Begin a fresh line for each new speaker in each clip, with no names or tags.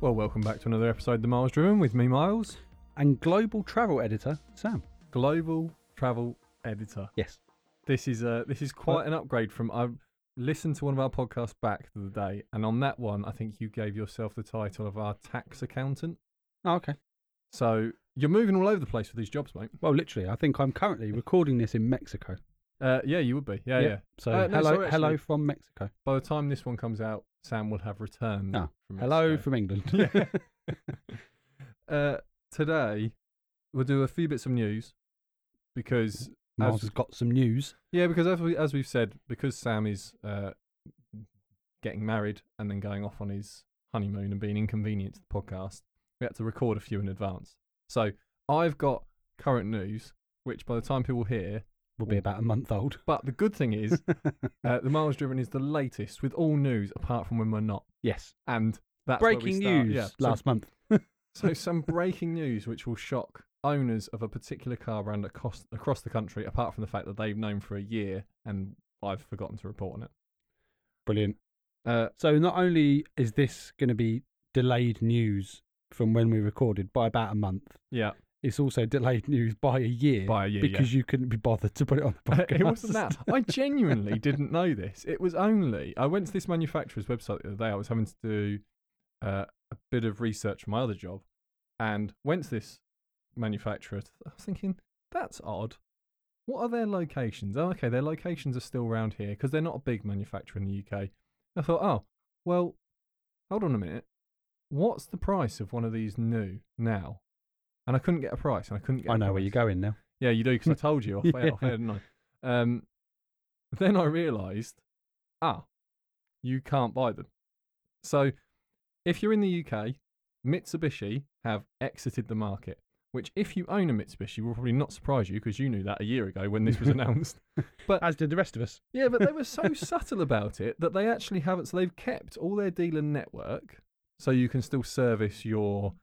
Well, welcome back to another episode of The Miles Driven with me, Miles,
and global travel editor Sam.
global travel editor.
Yes.
This is uh, this is quite an upgrade from I listened to one of our podcasts back the other day, and on that one, I think you gave yourself the title of our tax accountant.
Oh, okay.
So you're moving all over the place with these jobs, mate.
Well, literally, I think I'm currently recording this in Mexico.
Uh, yeah, you would be. Yeah,
Yep.
yeah.
So
Uh, no,
hello,
sorry,
hello
actually.
from Mexico.
By the time this one comes out, Sam will have returned.
Ah,
from
Hello
Mexico.
from England.
Yeah. uh, today, we'll do a few bits of news because
Miles has got some news.
Yeah, because as we as we've said, because Sam is uh, getting married and then going off on his honeymoon and being inconvenient to the podcast, we had to record a few in advance. So I've got current news, which by the time people hear,
Will be about a month old.
but the good thing is, uh, the miles driven is the latest with all news apart from when we're not,
Yes.
and that's where we
Breaking
start.
news
Yeah, so-
last month.
so some breaking news which will shock owners of a particular car brand across across the country, apart from the fact that they've known for a year and I've forgotten to report on it.
Brilliant.
Uh,
So not only is this going to be delayed news from when we recorded by about a month,
yeah,
it's also delayed news by a year.
by a year. yeah.
because you couldn't be bothered to put it on the
Uh,
podcast.
it wasn't that. I genuinely didn't know this. It was only I went to this manufacturer's website the other day. I was having to do uh, a bit of research for my other job, and went to this manufacturer. I was thinking that's odd. What are their locations? Oh, okay, their locations are still around here because they're not a big manufacturer in the UK. I thought, oh, well, hold on a minute. What's the price of one of these new now? And I couldn't get a price. And I couldn't get.
I
a
know where
price.
you're going now.
Yeah, you do because I told you off air,
Yeah.
off air, didn't I? Um, then I realised, ah, you can't buy them. So if you're in the UK, Mitsubishi have exited the market. Which, if you own a Mitsubishi, will probably not surprise you because you knew that a year ago when this was announced.
As did the rest of us.
Yeah, but they were so subtle about it that they actually haven't. So they've kept all their dealer network, so you can still service your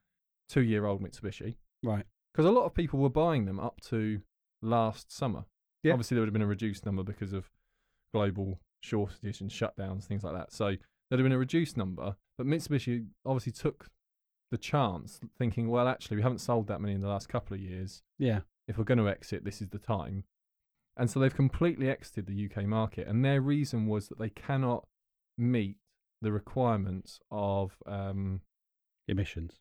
two-year-old Mitsubishi.
Right.
Because a lot of people were buying them up to last summer.
Yeah.
Obviously, there would have been a reduced number because of global shortages and shutdowns, things like that. So there'd have been a reduced number. But Mitsubishi obviously took the chance, thinking, well, actually, we haven't sold that many in the last couple of years.
Yeah.
If we're going to exit, this is the time. And so they've completely exited the UK market. And their reason was that they cannot meet the requirements of um,
Emissions.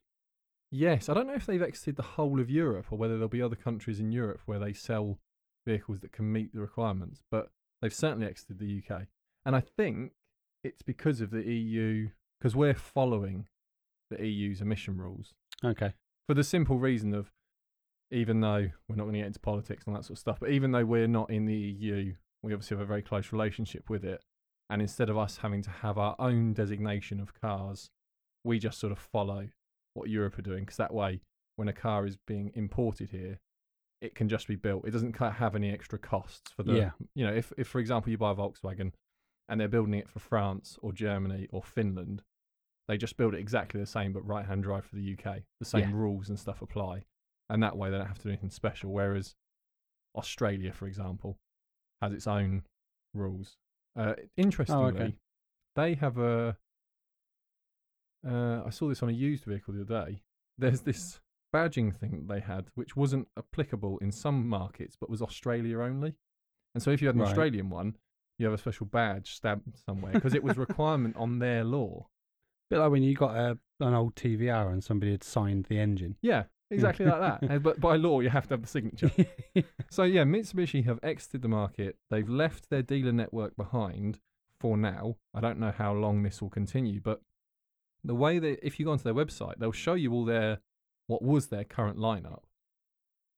Yes, I don't know if they've exited the whole of Europe or whether there'll be other countries in Europe where they sell vehicles that can meet the requirements, but they've certainly exited the UK. And I think it's because of the EU, because we're following the EU's emission rules
Okay.
for the simple reason of even though we're not going to get into politics and all that sort of stuff, but even though we're not in the EU, we obviously have a very close relationship with it. And instead of us having to have our own designation of cars, we just sort of follow what Europe are doing because that way, when a car is being imported here, it can just be built. It doesn't ca- have any extra costs for the,
Yeah.
you know, if, if for example you buy a Volkswagen and they're building it for France or Germany or Finland, they just build it exactly the same, but right hand drive for the UK. The same
Yeah.
rules and stuff apply. And that way they don't have to do anything special. Whereas Australia, for example, has its own rules. Uh, interestingly, they have a. Uh, I saw this on a used vehicle the other day. There's this badging thing that they had, which wasn't applicable in some markets, but was Australia only. And so if you had an
Right.
Australian one, you have a special badge stamped somewhere because it was requirement on their law.
bit like when you got a, an old TVR and somebody had signed the engine.
Yeah, exactly like that. Uh, But by law, you have to have the signature. so yeah, Mitsubishi have exited the market. They've left their dealer network behind for now. I don't know how long this will continue, but the way that if you go onto their website, they'll show you all their what was their current lineup,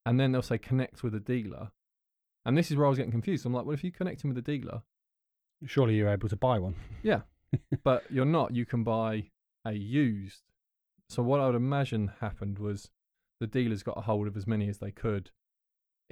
and then they'll say connect with a dealer. And this is where I was getting confused. I'm like, well, if you connect him with a dealer,
Surely you're able to buy one.
but you're not. You can buy a used. So what I would imagine happened was the dealers got a hold of as many as they could,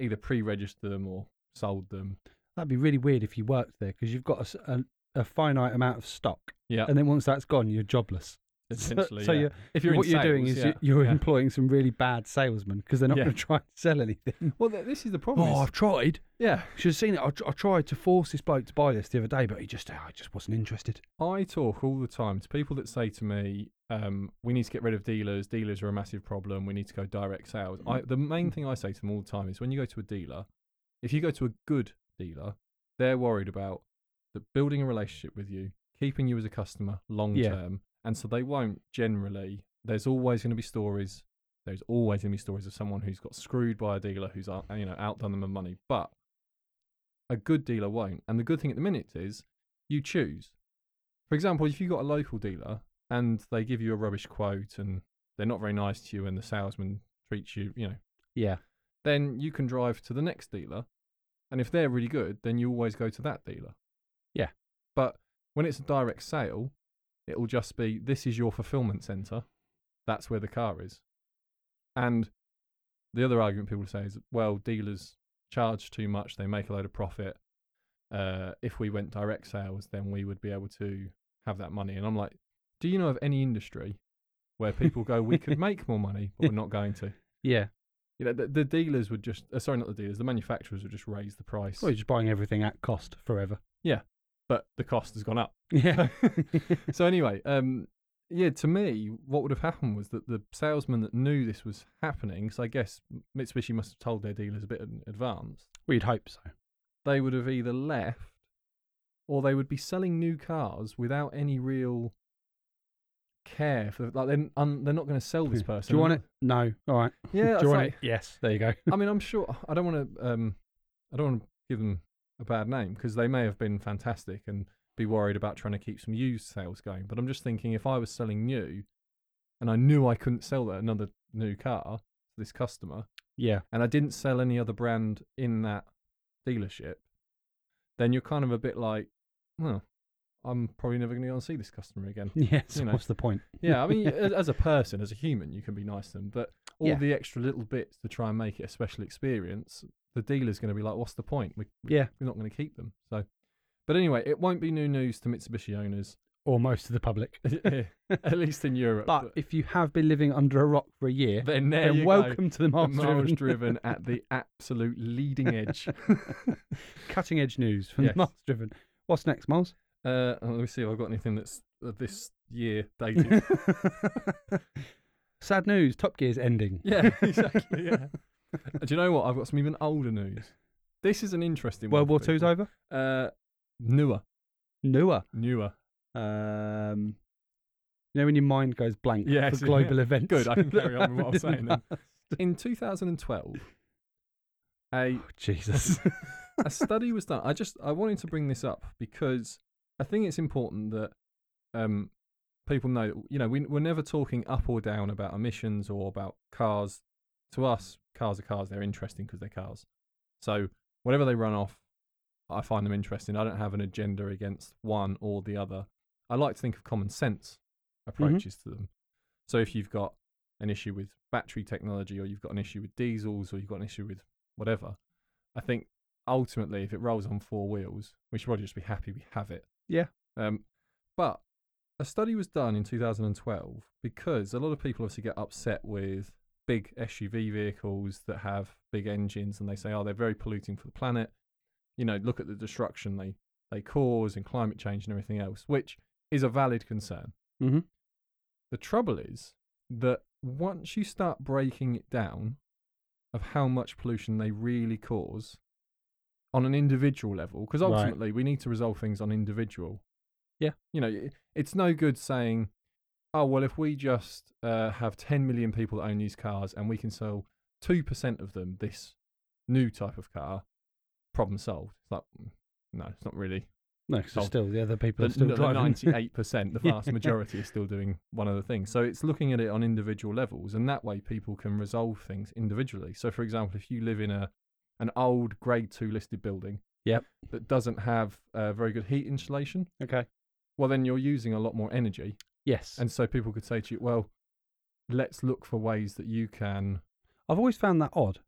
either pre-register them or sold them.
That'd be really weird if you worked there because you've got a s- a, a finite amount of stock.
Yeah,
And then once that's gone, you're jobless.
essentially.
so
yeah.
you're,
if
what you're doing
sales,
is
yeah,
you- you're
yeah.
employing some really bad salesmen because they're not
Yeah.
going to try and sell anything.
Well, th- this is the problem.
Oh,
is-
I've tried.
yeah,
Should have seen it. I, tr- I tried to force this bloke to buy this the other day, but he just, I just wasn't interested.
I talk all the time to people that say to me, um, "We need to get rid of dealers. Dealers are a massive problem. We need to go direct sales." I, the main thing I say to them all the time is, when you go to a dealer, if you go to a good dealer, they're worried about the building a relationship with you, keeping you as a customer long
Yeah.
term, and so they won't generally. There's always going to be stories. There's always going to be stories of someone who's got screwed by a dealer who's out- you know outdone them in money, but a good dealer won't. And the good thing at the minute is you choose. For example, if you've got a local dealer and they give you a rubbish quote and they're not very nice to you and the salesman treats you, you know,
Yeah.
then you can drive to the next dealer. And if they're really good, then you always go to that dealer.
Yeah.
But when it's a direct sale, it'll just be this is your fulfillment center. That's where the car is. And the other argument people say is well, dealers charge too much, they make a load of profit. Uh, if we went direct sales, then we would be able to have that money. And I'm like, do you know of any industry where people go, we could make more money, but we're not going to?
Yeah.
You know, the, the dealers would just, uh, sorry, not the dealers, the manufacturers would just raise the price,
Well, you're just buying everything at cost forever.
but the cost has gone up.
Yeah.
so anyway, um, yeah, to me, what would have happened was that the salesman that knew this was happening, because I guess Mitsubishi must have told their dealers a bit in advance,
We'd hope so.
they would have either left or they would be selling new cars without any real care for like they're, un, they're not going to sell this person
Hmm. Do you want it? No. All right.
yeah
Do
it's
you want
like-
it? Yes. There you go.
I mean, I'm sure I don't want to. Um, I don't want to give them a bad name because they may have been fantastic and be worried about trying to keep some used sales going. But I'm just thinking, if I was selling new, and I knew I couldn't sell that another new car to this customer,
Yeah.
and I didn't sell any other brand in that dealership, then you're kind of a bit like, well, I'm probably never going to go and see this customer again.
Yes. so
You know.
What's the point?
Yeah, I mean, as, as a person, as a human, you can be nice to them, but all
Yeah.
the extra little bits to try and make it a special experience, the dealer's going to be like, "What's the point? We, we,
Yeah.
we're not going to keep them." So, but anyway, it won't be new news to Mitsubishi owners,
Or most of the public.
at least in Europe.
But if you have been living under a rock for a year,
then there
then
you
welcome to the
go.
Mars,
Miles
driven,
driven at the absolute leading edge.
cutting edge news from
Yes.
the Mars driven. What's next, Miles?
Uh, and let me see if I've got anything that's uh, this year dated.
Sad news. Top Gear's ending.
yeah, exactly. Yeah. Do you know what? I've got some even older news. This is an interesting
World War
one. for
Two's
people.
over.
Uh, newer,
Newer.
newer.
Um, you know when your mind goes blank
Yes,
for global events.
Good, I can
that
carry on with what I was saying
happened in
then.
the-
In 2012, a
Oh, Jesus.
a study was done. I just I wanted to bring this up because I think it's important that um people know. You know, we, we're never talking up or down about emissions or about cars. To us, cars are cars. They're interesting because they're cars. So whatever they run off, I find them interesting. I don't have an agenda against one or the other. I like to think of common sense approaches to them. So if you've got an issue with battery technology, or you've got an issue with diesels, or you've got an issue with whatever, I think ultimately, if it rolls on four wheels, we should probably just be happy we have it.
Yeah.
Um, but a study was done in 2012 because a lot of people obviously get upset with big SUV vehicles that have big engines, and they say, "Oh, they're very polluting for the planet." You know, look at the destruction they they cause and climate change and everything else, which is a valid concern.
Mhm.
The trouble is that once you start breaking it down of how much pollution they really cause on an individual level, because
Right.
ultimately we need to resolve things on individual.
Yeah.
You know, i- it's no good saying, oh, well, if we just uh, have 10 million people that own these cars and we can sell 2% of them this new type of car, problem solved. It's like, mm, no, it's not really
No, 'cause
Oh.
still the other people
the,
are still
the
driving.
98%, the vast
Yeah.
majority, are still doing one other thing. So it's looking at it on individual levels, and that way people can resolve things individually. So, for example, if you live in a an old Grade Two listed building,
Yep.
that doesn't have uh, very good heat insulation,
Okay.
well, then you're using a lot more energy,
Yes.
and so people could say to you, well, let's look for ways that you can.
I've always found that odd.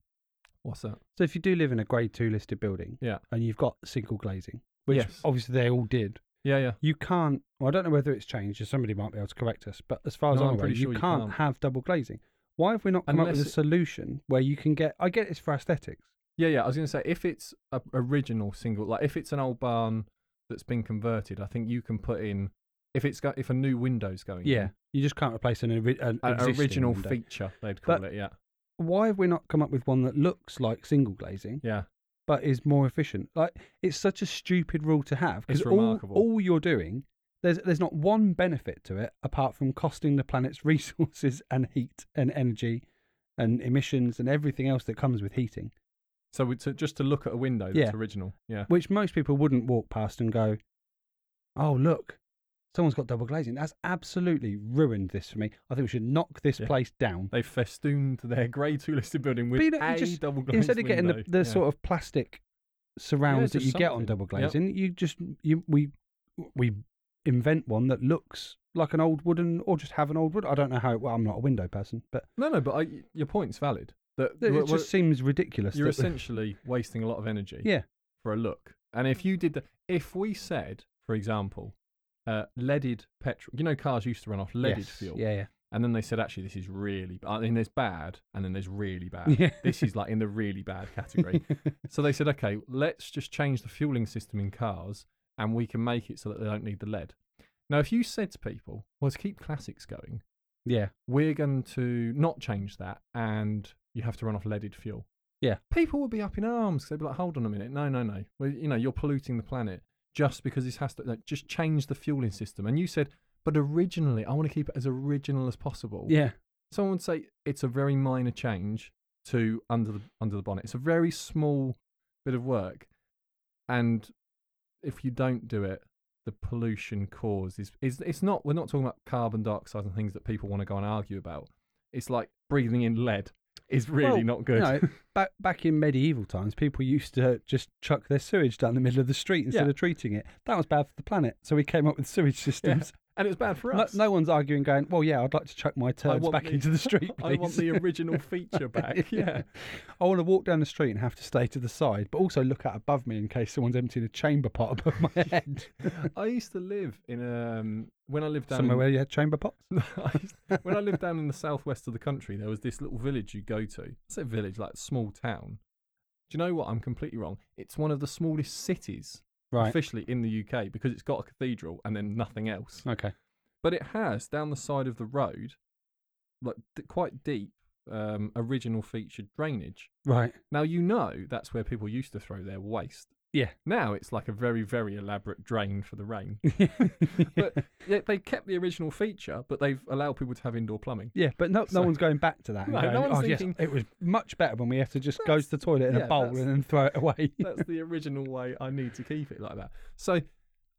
What's that?
So if you do live in a grade two listed building
Yeah.
and you've got single glazing, which
Yes.
obviously they all did,
Yeah, yeah.
You can't. Well, I don't know whether it's changed. Or somebody might be able to correct us. But as far as
No,
I'm
I'm
aware,
pretty
you,
sure you
can't
can't.
have double glazing. Why have we not come up with
Unless
a
it-
solution where you can get? I get it's for aesthetics.
Yeah, yeah. I was going to say if it's a original single, like if it's an old barn that's been converted, I think you can put in if it's got if a new window's going. in,
you just can't replace an, ori- an
an
existing
original
window.
feature they'd call it.
But-
Yeah,
Why have we not come up with one that looks like single glazing
yeah,
but is more efficient? Like it's such a stupid rule to have because
It's
all,
remarkable.
all you're doing there's there's not one benefit to it apart from costing the planet's resources and heat and energy and emissions and everything else that comes with heating.
So we, to, just to look at a window that's
Yeah.
original. Yeah,
which most people wouldn't walk past and go, "Oh, look, someone's got double glazing." That's absolutely ruined this for me. I think we should knock this
Yeah.
place down.
they festooned their grade two listed building with
you know, you
a
just-
double glazed
Instead of getting the,
window.
the
Yeah.
sort of plastic surrounds that
just
you get on
something.
double
Yep.
glazing, you just you we we invent one that looks like an old wooden, or just have an old wood. I don't know how. It, well, I'm not a window person, but
no, no, but I, your point's valid. That
it
we're-
just seems ridiculous.
you're
that we-
essentially wasting a lot of energy
yeah,
for a look. And if you
Mm.
did the, if we said, for example, uh, leaded petrol, you know, cars used to run off leaded
yes,
fuel,
Yeah, yeah.
and then they said, actually, this is really, b- I mean, there's bad, and then there's really bad.
Yeah.
This is like in the really bad category. so they said, okay, let's just change the fueling system in cars, and we can make it so that they don't need the lead. Now, if you said to people, well, to keep classics going,
Yeah,
we're going to not change that and you have to run off leaded fuel.
Yeah.
People would be up in arms. 'cause They'd be like, hold on a minute. No, no, no. Well, you know, you're polluting the planet just because this has to, like, just change the fueling system. And you said, but originally, I want to keep it as original as possible.
yeah.
Someone would say it's a very minor change to under the, under the bonnet. It's a very small bit of work. And if you don't do it, the pollution caused is, is it's not we're not talking about carbon dioxide and things that people want to go and argue about. It's like breathing in lead is really
Well,
not good.
You know, back back in medieval times, people used to just chuck their sewage down the middle of the street instead
Yeah.
of treating it. That was bad for the planet, so we came up with sewage systems.
and it's bad for
No,
us.
no one's arguing, going, "Well, yeah, I'd like to chuck my
I
turds
want
back
the-
into the street, please.
I want the original feature back. Yeah.
I want to walk down the street and have to stay to the side, but also look out above me in case someone's emptying a chamber pot above my head.
I used to live in um when I lived down
Somewhere
in-
where you had chamber pots.
I used- when I lived down in the southwest of the country, there was this little village you go to. I say village, like small town. Do you know what? I'm completely wrong. It's one of the smallest cities
Right.
officially in the UK because it's got a cathedral and then nothing else.
Okay.
But it has down the side of the road, like d- quite deep, um, original featured drainage.
Right.
Now you know that's where people used to throw their waste.
Yeah.
Now it's like a very, very elaborate drain for the rain. But yet they kept the original feature, but they've allowed people to have indoor plumbing.
Yeah, but no, no
So-
one's going back to that. and
No,
going,
no one's
"Oh, yes,
thinking-
it was much better when we had to just go to the toilet in a
yeah,
bowl and
that's-
then throw it away.
That's the original way I need to keep it like that. So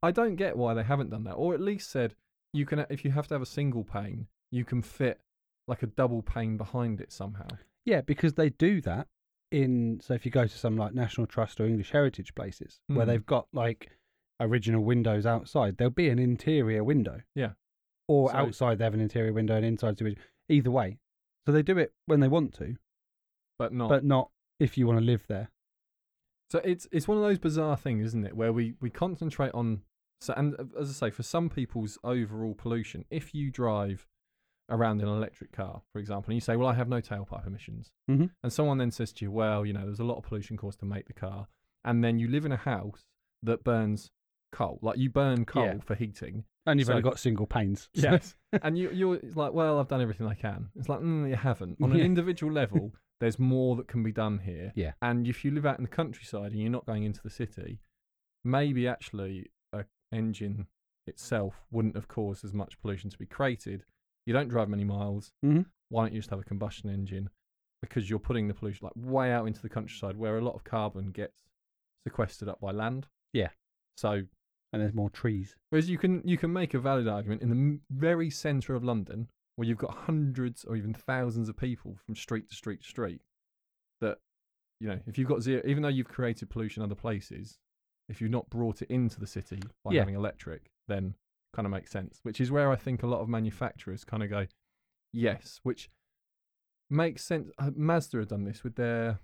I don't get why they haven't done that, or at least said you can if you have to have a single pane, you can fit like a double pane behind it somehow.
yeah, because they do that in. So if you go to some like National Trust or English Heritage places where
Hmm.
they've got like original windows outside, there'll be an interior window.
Yeah.
Or
So-
outside they have an interior window and inside the original. Either way, so they do it when they want to,
But not.
but not if you want to live there.
so it's it's one of those bizarre things, isn't it, where we we concentrate on so and uh, as I say, for some people's overall pollution, if you drive around in an electric car, for example, and you say, "Well, I have no tailpipe emissions,"
Mm-hmm.
and someone then says to you, well, you know, there's a lot of pollution caused to make the car, and then you live in a house that burns coal, like you burn coal
Yeah.
for heating.
And you've
So-
only got single panes. so-
and you, you're it's like, well, I've done everything I can. It's like, mm, you haven't. On an
Yeah.
individual level, there's more that can be done here.
Yeah.
And if you live out in the countryside and you're not going into the city, maybe actually a engine itself wouldn't have caused as much pollution to be created. You don't drive many miles.
Mhm.
Why don't you just have a combustion engine? Because you're putting the pollution like way out into the countryside where a lot of carbon gets sequestered up by land.
Yeah.
So
and there's more trees.
Whereas you can you can make a valid argument in the m- very centre of London, where you've got hundreds or even thousands of people from street to street to street, that you know if you've got zero, even though you've created pollution other places, if you've not brought it into the city by
Yeah.
having electric, then kind of makes sense. Which is where I think a lot of manufacturers kind of go, yes, which makes sense. Uh, Mazda have done this with their,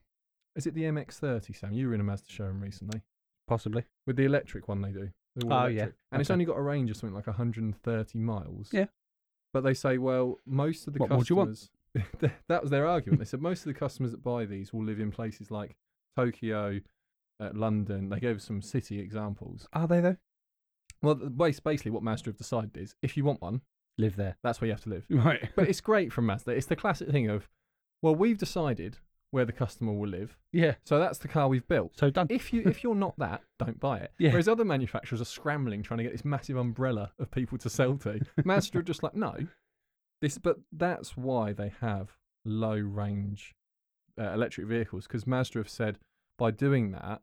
is it the MX-30? Sam, you were in a Mazda showroom recently
Possibly.
with the electric one they do. They're all
Oh, yeah.
electric. And it's
Okay.
only got a range of something like 130 miles.
Yeah.
But they say, well, most of the
What more do you want?
customers. that was their argument. they said most of the customers that buy these will live in places like Tokyo, uh, London. They gave us some city examples.
Are they though?
Well, the bas- basically, what Mazda have decided is if you want one,
Live there.
that's where you have to live.
Right.
But it's great from Mazda. It's the classic thing of, well, we've decided where the customer will live,
yeah.
so that's the car we've built.
So done.
If you if you're not that, don't buy it.
Yeah.
Whereas other manufacturers are scrambling trying to get this massive umbrella of people to sell to. Mazda are just like, no, this. But that's why they have low range uh, electric vehicles because Mazda have said by doing that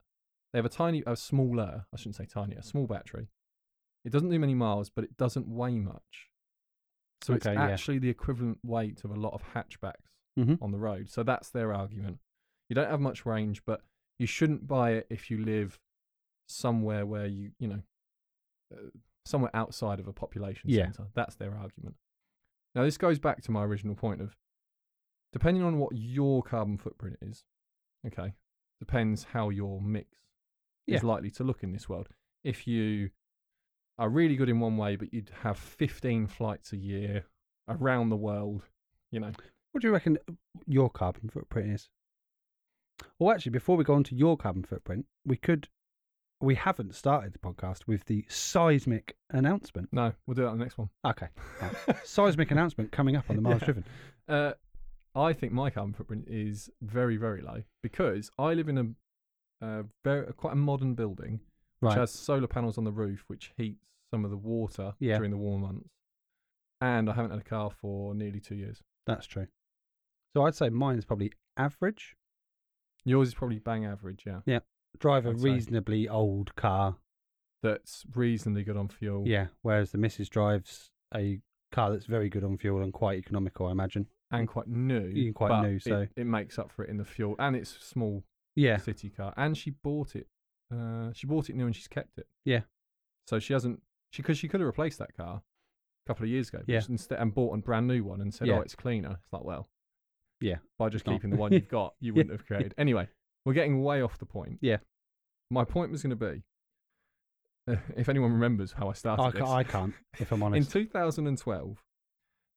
they have a tiny, a smaller, I shouldn't say tiny, a small battery. It doesn't do many miles, but it doesn't weigh much. So
Okay,
it's
yeah.
actually the equivalent weight of a lot of hatchbacks
Mhm.
on the road. So that's their argument. You don't have much range, but you shouldn't buy it if you live somewhere where you, you know, uh, somewhere outside of a population
Yeah.
centre. That's their argument. Now, this goes back to my original point of depending on what your carbon footprint is, okay, depends how your mix is
Yeah.
likely to look in this world. If you are really good in one way, but you'd have 15 flights a year around the world, you know,
What do you reckon uh, your carbon footprint is? Well, actually, before we go on to your carbon footprint, we could, we haven't started the podcast with the seismic announcement.
no, we'll do that on the next one.
Okay. seismic announcement coming up on the Miles
Yeah.
Driven.
Uh, I think my carbon footprint is very, very low because I live in a, a very, quite a modern building which
Right.
has solar panels on the roof, which heats some of the water
Yeah.
during the warm months. And I haven't had a car for nearly two years.
That's true. So I'd say mine's probably average.
Yours is probably bang average, yeah.
Drive a
I'd say.
reasonably old car.
That's reasonably good on fuel.
Yeah. Whereas the missus drives a car that's very good on fuel and quite economical, I imagine.
and quite new.
Yeah, quite
but
new,
it-
so-
it, makes up for it in the fuel, and it's a small
Yeah.
city car. And she bought it. Uh, she bought it new, and she's kept it.
Yeah.
So she hasn't. She because she could have replaced that car a couple of years ago. but
Yeah.
she's Instead, and bought a brand new one, and said,
Yeah.
"Oh, it's cleaner." It's like, well,
Yeah,
By just
it's not.
keeping the one you've got, you wouldn't have created. Anyway, we're getting way off the point.
Yeah.
My point was going to be, uh, if anyone remembers how I started
I,
this,
ca- I can't, if I'm
in
honest.
2012,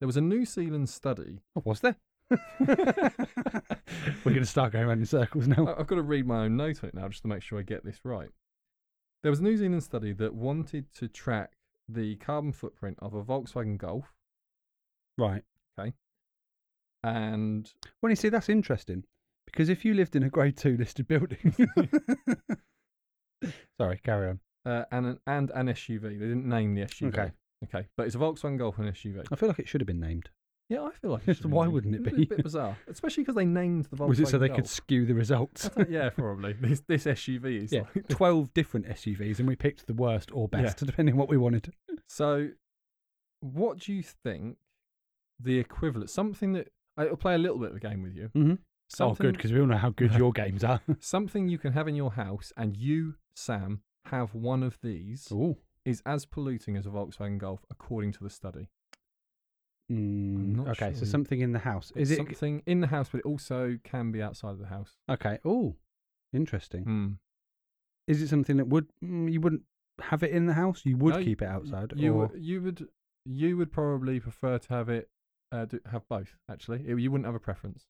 there was a New Zealand study
Oh, was there? We're going to start going around in circles now.
I- I've got to read my own note on it now just to make sure I get this right. There was a New Zealand study that wanted to track the carbon footprint of a Volkswagen Golf
Right.
and
Well, you see, that's interesting because if you lived in a grade two listed building. Sorry, carry on.
uh, and, an, and an SUV. They didn't name the SUV.
Okay. Uh,
Okay. But it's a Volkswagen Golf and SUV.
I feel like it should have been named.
Yeah, I feel like it
Yes,
should be
why
named.
wouldn't it
It's a
be?
bit bizarre, especially because they named the Volkswagen.
Was it so they could
Golf.
skew the results?
I don't- yeah, probably. This, this SUV is
Yeah.
like
12 different SUVs and we picked the worst or
Yeah.
best, depending on what we wanted.
So, what do you think the equivalent? Something that I'll play a little bit of a game with you.
Mhm. Oh,
Something,
good, because we all know how good your games are.
something you can have in your house, and you, Sam, have one of these,
Ooh.
is as polluting as a Volkswagen Golf, according to the study.
Mm,
not
okay, so
sure.
something in the house. Is it.
something in the house, but it also can be outside of the house?
Okay. Oh, interesting.
Hmm.
Is it something that would. Mm, you wouldn't have it in the house? You would
No,
keep it outside?
You
or...
w- you would you would probably prefer to have it uh, do, have both. Actually, It- you wouldn't have a preference.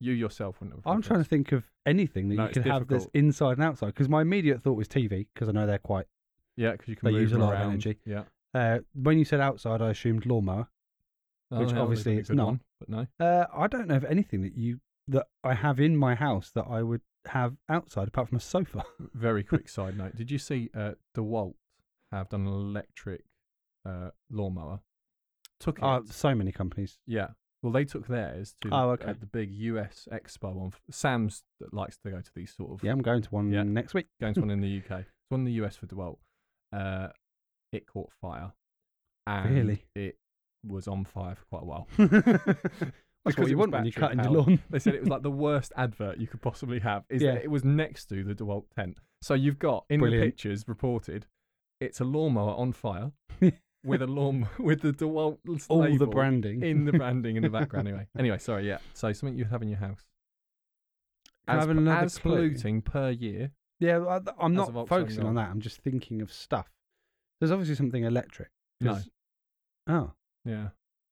You yourself wouldn't have. A
I'm
preference.
trying to think of anything that
No,
you
it's
could have that's
difficult.
inside and outside. Because my immediate thought was TV, because I know they're quite.
Yeah, because you can
They
move
use a
them
lot of
around.
energy.
Yeah.
Uh, when you said outside, I assumed lawnmower.
Oh,
which
yeah, that would've
obviously
been a
it's
good
not.
one, but no.
Uh, I don't know of anything that you that I have in my house that I would have outside, apart from a sofa.
Very quick side note: Did you see uh, DeWalt have done an electric uh, lawnmower? Took it.
Uh, so many companies.
yeah. Well, they took theirs to
Oh,
the,
okay.
at the big US Expo on f- Sam's that likes to go to these sort of
Yeah, I'm going to one
Yeah.
next week.
going to one in the UK. It's one in the US for DeWalt. Uh, it caught fire. And
Really?
It was on fire for quite a while.
That's
Because
what
it
you
was
want when
battery
you're cutting your
powered.
lawn.
They said it was like the worst advert you could possibly have. Is
Yeah.
that it was next to the DeWalt tent. So you've got in
Brilliant.
the pictures reported, it's a lawnmower on fire with a lawn with the DeWalt
all the
label
branding.
in the branding in the background. Anyway, anyway, sorry, yeah. So something you have in your house.
Can I
as
have
p-
another
as
clue?
polluting per year.
yeah, I, I'm
As a
not
Volkswagen
focusing on
Golf.
that. I'm just thinking of stuff. There's obviously something electric.
No.
'cause- Oh,
Yeah.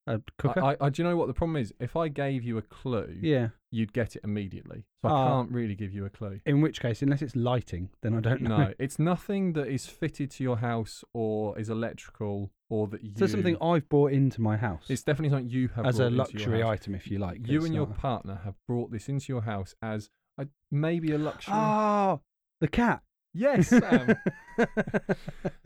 a cooker.
I, I, I, do you know what the problem is? If I gave you a clue,
yeah.
you'd get it immediately. So I
Ah.
can't really give you a clue.
In which case, unless it's lighting, then I don't know.
No, it's nothing that is fitted to your house or is electrical or that you.
So something I've bought into my house
It's definitely something you have
as
brought
a
into your
luxury
house.
item, if you like. uh,
You
It's
and your
not a-
partner have brought this into your house as a, maybe a luxury.
Oh, the cat.
yes, um, Sam.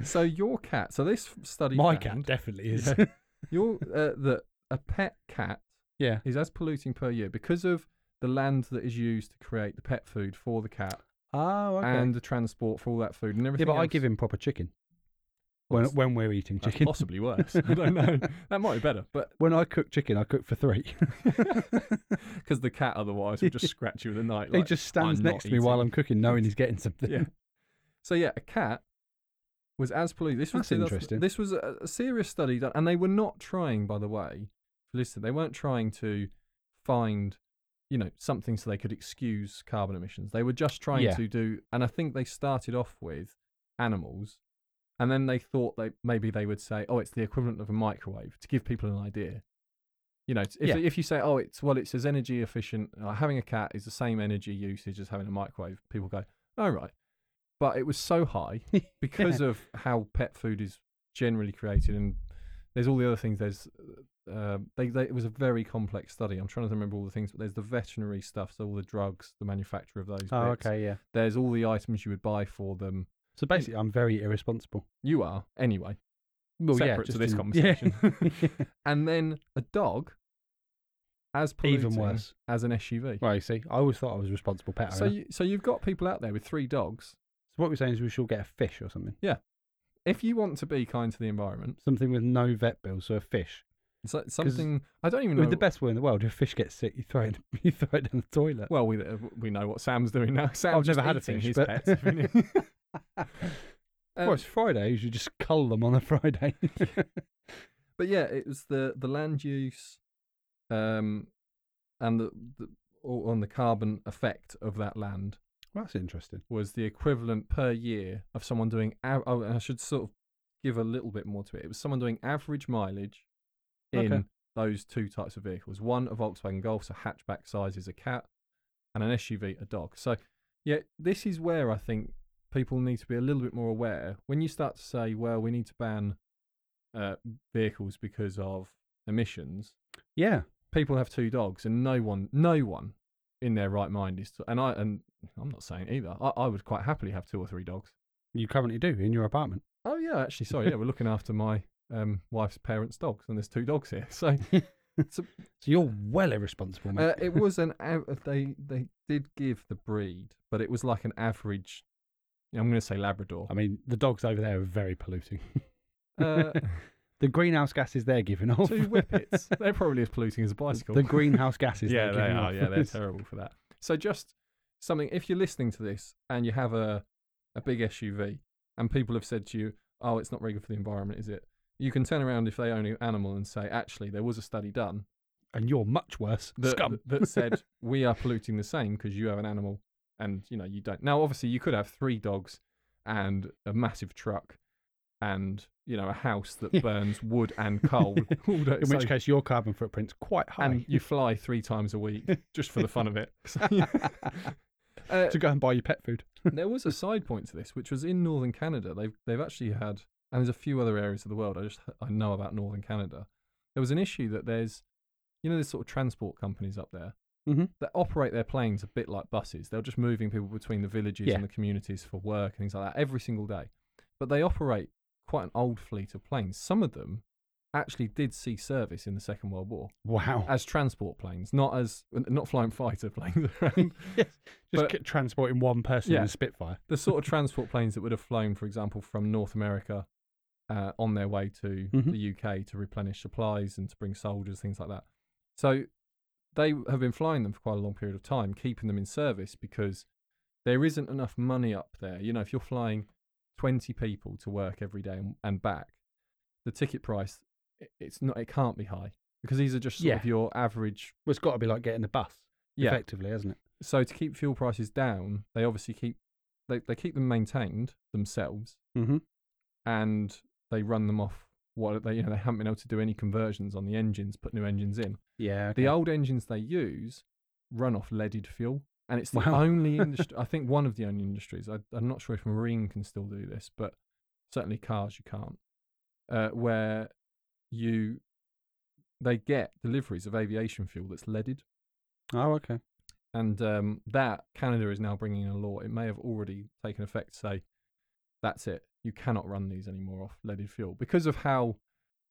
so your cat. So this study
my cat
found
definitely is.
Yeah. your uh, that a pet cat
yeah.
is as polluting per year because of the land that is used to create the pet food for the cat
Oh, okay.
and the transport for all that food and
yeah,
everything.
but I
else.
give him proper chicken when
That's-
when we're eating
That's
chicken.
possibly worse. I don't know. That might be better, but
When I cook chicken, I cook for three.
because the cat otherwise would just scratch you in the night.
he
Like,
just stands
I'm not
next to me while
eating.
I'm cooking, knowing he's getting something.
yeah. So yeah, a cat was as polluted. This was
That's
so
interesting.
This was a, a serious study done, and they were not trying, by the way, Felicity. They weren't trying to find, you know, something so they could excuse carbon emissions. They were just trying
Yeah.
to do, and I think they started off with animals, and then they thought they maybe they would say, oh, it's the equivalent of a microwave to give people an idea. You know, if,
Yeah.
if you say, oh, it's well, it's as energy efficient. Uh, having a cat is the same energy usage as having a microwave. People go, all right, but it was so high because of how pet food is generally created and there's all the other things there's uh, they, they it was a very complex study i'm trying to remember all the things but there's the veterinary stuff so all the drugs the manufacture of those
Oh,
bits.
okay, yeah.
there's all the items you would buy for them
So basically, I'm very irresponsible.
you are anyway
Well,
yeah, Separate to just this in- conversation. and then a dog as
Even
polluting
worse.
as an suv
Well, you see, I always thought I was a responsible pet.
so
So,
you, so you've got people out there with three dogs
so what we're saying is we should get a fish or something.
if you want to be kind to the environment
Something with no vet bill, so a fish.
so, something i don't even know
With the best will in the world, if a fish gets sick, you throw it, you throw it down the toilet.
Well, we uh, we know what Sam's doing now. Sam's
I've never
just
had a
eating
fish,
His
but-
pets, haven't he? Um,
well, it's Friday. You should just cull them on a Friday.
but yeah, it was the the land use, um, and the, the or on the carbon effect of that land
well, that's interesting.
was the equivalent per year of someone doing. Av- oh, and I should sort of give a little bit more to it. It was someone doing average mileage in
Okay.
those two types of vehicles. One a Volkswagen Golf, so hatchback size is a cat, and an SUV a dog. So yeah, this is where I think people need to be a little bit more aware when you start to say, well, we need to ban uh, vehicles because of emissions
Yeah.
people have two dogs and no one no one in their right mind is and i and i'm not saying either i, I would quite happily have two or three dogs
You currently do in your apartment.
oh yeah actually sorry yeah we're looking after my um, wife's parents dogs and there's two dogs here so
So you're well irresponsible, mate.
uh, it was an av- they they did give the breed but it was like an average i'm going to say labrador
I mean, the dogs over there are very polluting.
uh,
The greenhouse gases they're giving off.
two whippets they're probably as polluting as a bicycle
the greenhouse gases.
yeah,
they're
they
giving
are.
off.
Yeah, they're terrible for that. So just something. If you're listening to this and you have a a big SUV and people have said to you, "Oh, it's not very good for the environment, is it?" You can turn around if they own an animal and say, "Actually, there was a study done
and you're much worse.
that
Scum.
that said we are polluting the same because you have an animal and you know you don't." Now, obviously, you could have three dogs and a massive truck and you know a house that burns wood and coal. All that-
In
so-
which case, your carbon footprint's quite high.
and you fly three times a week just for the fun of it. So, yeah. Uh,
to go and buy your pet food.
there was a side point to this, which was in northern Canada. They've they've actually had, and there's a few other areas of the world. I just I know about northern Canada. There was an issue that there's, you know, there's sort of transport companies up there
Mm-hmm.
that operate their planes a bit like buses. They're just moving people between the villages
Yeah.
and the communities for work and things like that every single day. But they operate quite an old fleet of planes. Some of them actually did see service in the Second World War
Wow.
as transport planes, not as not flying fighter planes around.
yes. Just
but-
get transporting one person in
Yeah.
a Spitfire.
the sort of transport planes that would have flown, for example, from North America uh, on their way to
Mhm.
the UK to replenish supplies and to bring soldiers, things like that. So they have been flying them for quite a long period of time, keeping them in service because there isn't enough money up there. You know, if you're flying 20 people to work every day and, and back, the ticket price i- it's not it can't be high because these are just sort of
Yeah.
your average
Well, it's got to be like getting a bus,
yeah
effectively, hasn't it?
so to keep fuel prices down, they obviously keep they, they keep them maintained themselves
Mm-hmm.
and they run them off what they you know they haven't been able to do any conversions on the engines, put new engines in.
Yeah.
The old engines they use run off leaded fuel, and it's the
Wow.
only industry. I think one of the only industries. I, I'm not sure if marine can still do this, but certainly cars you can't. Uh, where you they get deliveries of aviation fuel that's leaded,
oh, okay.
Uh, and um, that Canada is now bringing in a law. It may have already taken effect. to Say that's it. You cannot run these anymore off leaded fuel because of how.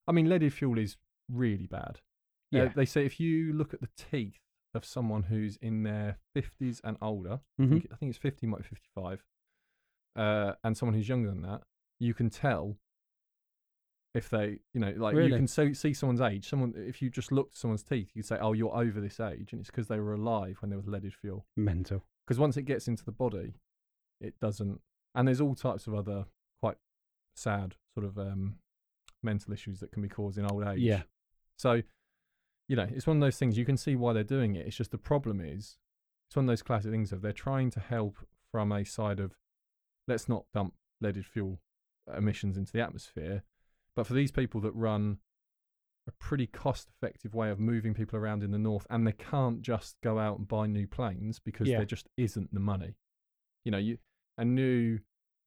I mean, leaded fuel is really bad. Yeah.
Yeah.
Uh, they say if you look at the teeth of someone who's in their 50s and older, I,
Mhm.
think, I think it's 50, might be 55, uh, and someone who's younger than that, you can tell if they, you know, like you
Really?
can so, see someone's age. Someone, if you just looked at someone's teeth, you'd say, oh, you're over this age. And it's because they were alive when there was leaded fuel.
Mental.
Because once it gets into the body, it doesn't. And there's all types of other quite sad sort of um, mental issues that can be caused in old age.
Yeah.
So, you know, it's one of those things you can see why they're doing it. It's just the problem is, it's one of those classic things of they're trying to help from a side of let's not dump leaded fuel emissions into the atmosphere. But for these people that run a pretty cost effective way of moving people around in the north and they can't just go out and buy new planes because
Yeah.
there just isn't the money. You know, you a new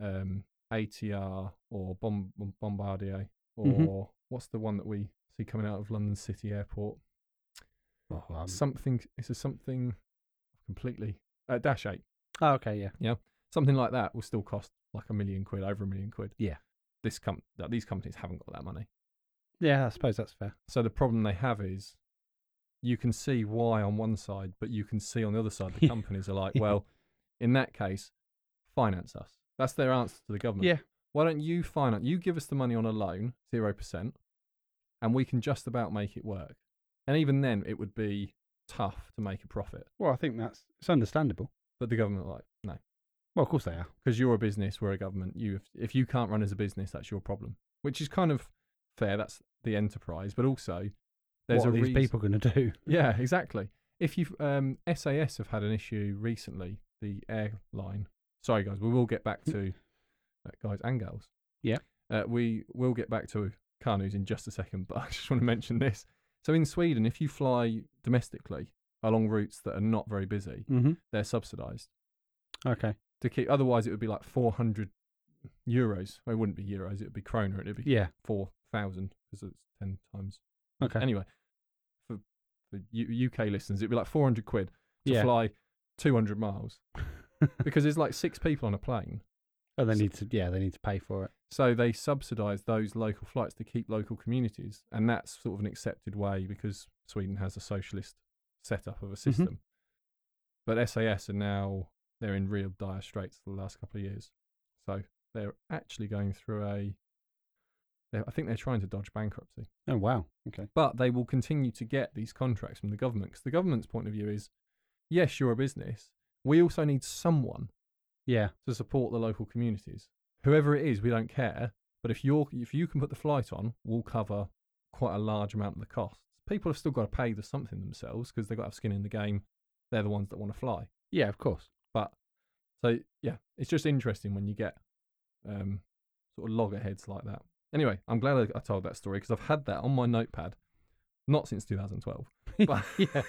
um, ATR or Bom- Bom- Bombardier or
Mhm.
what's the one that we see coming out of London City Airport?
Oh, um,
something, it's a something completely, uh, Dash 8,
oh, okay. Yeah.
something like that will still cost like a million quid, over a million quid.
Yeah.
This com- that these companies haven't got that money.
Yeah. I suppose that's fair.
So the problem they have is you can see why on one side, but you can see on the other side the companies are like,
Yeah.
well, in that case, finance us. That's their answer to the government.
Yeah.
Why don't you finance? You give us the money on a loan, zero percent, and we can just about make it work. And even then, it would be tough to make a profit.
Well, I think that's it's understandable.
But the government are like, no,
Well, of course they are.
because you're a business, we're a government. You, if, if you can't run as a business, that's your problem. Which is kind of fair. That's the enterprise, but also there's
what
a
are these
reason-
people going to do?
Yeah, exactly. If you've um, SAS have had an issue recently, the airline. Sorry, guys, we will get back to uh, guys and girls.
Mm. Yeah.
uh, we will get back to car news in just a second, but I just want to mention this. So in Sweden, if you fly domestically along routes that are not very busy,
Mm-hmm.
they're subsidised
Okay.
to keep. Otherwise, it would be like four hundred euros. Well, it wouldn't be euros; it would be kroner. It'd be
Yeah.
four thousand because it's ten times
Okay.
Anyway, for the U- UK listeners, it'd be like 400 quid to
yeah.
fly 200 miles because there's like six people on a plane.
Oh, they need to. Yeah, they need to pay for it.
So they subsidise those local flights to keep local communities. And that's sort of an accepted way because Sweden has a socialist setup of a system. But SAS are now, they're in real dire straits the last couple of years. So they're actually going through a, they're- I think they're trying to dodge bankruptcy.
Oh wow. Okay.
but they will continue to get these contracts from the government because the government's point of view is yes, you're a business. We also need someone
Yeah.
to support the local communities. Whoever it is, we don't care. But if you're if you can put the flight on, we'll cover quite a large amount of the costs. People have still got to pay the something themselves because they've got to have skin in the game. They're the ones that want to fly.
Yeah. Of course.
But so yeah, it's just interesting when you get um, sort of loggerheads like that. Anyway, I'm glad I, I told that story because I've had that on my notepad, not since 2012, but
yeah.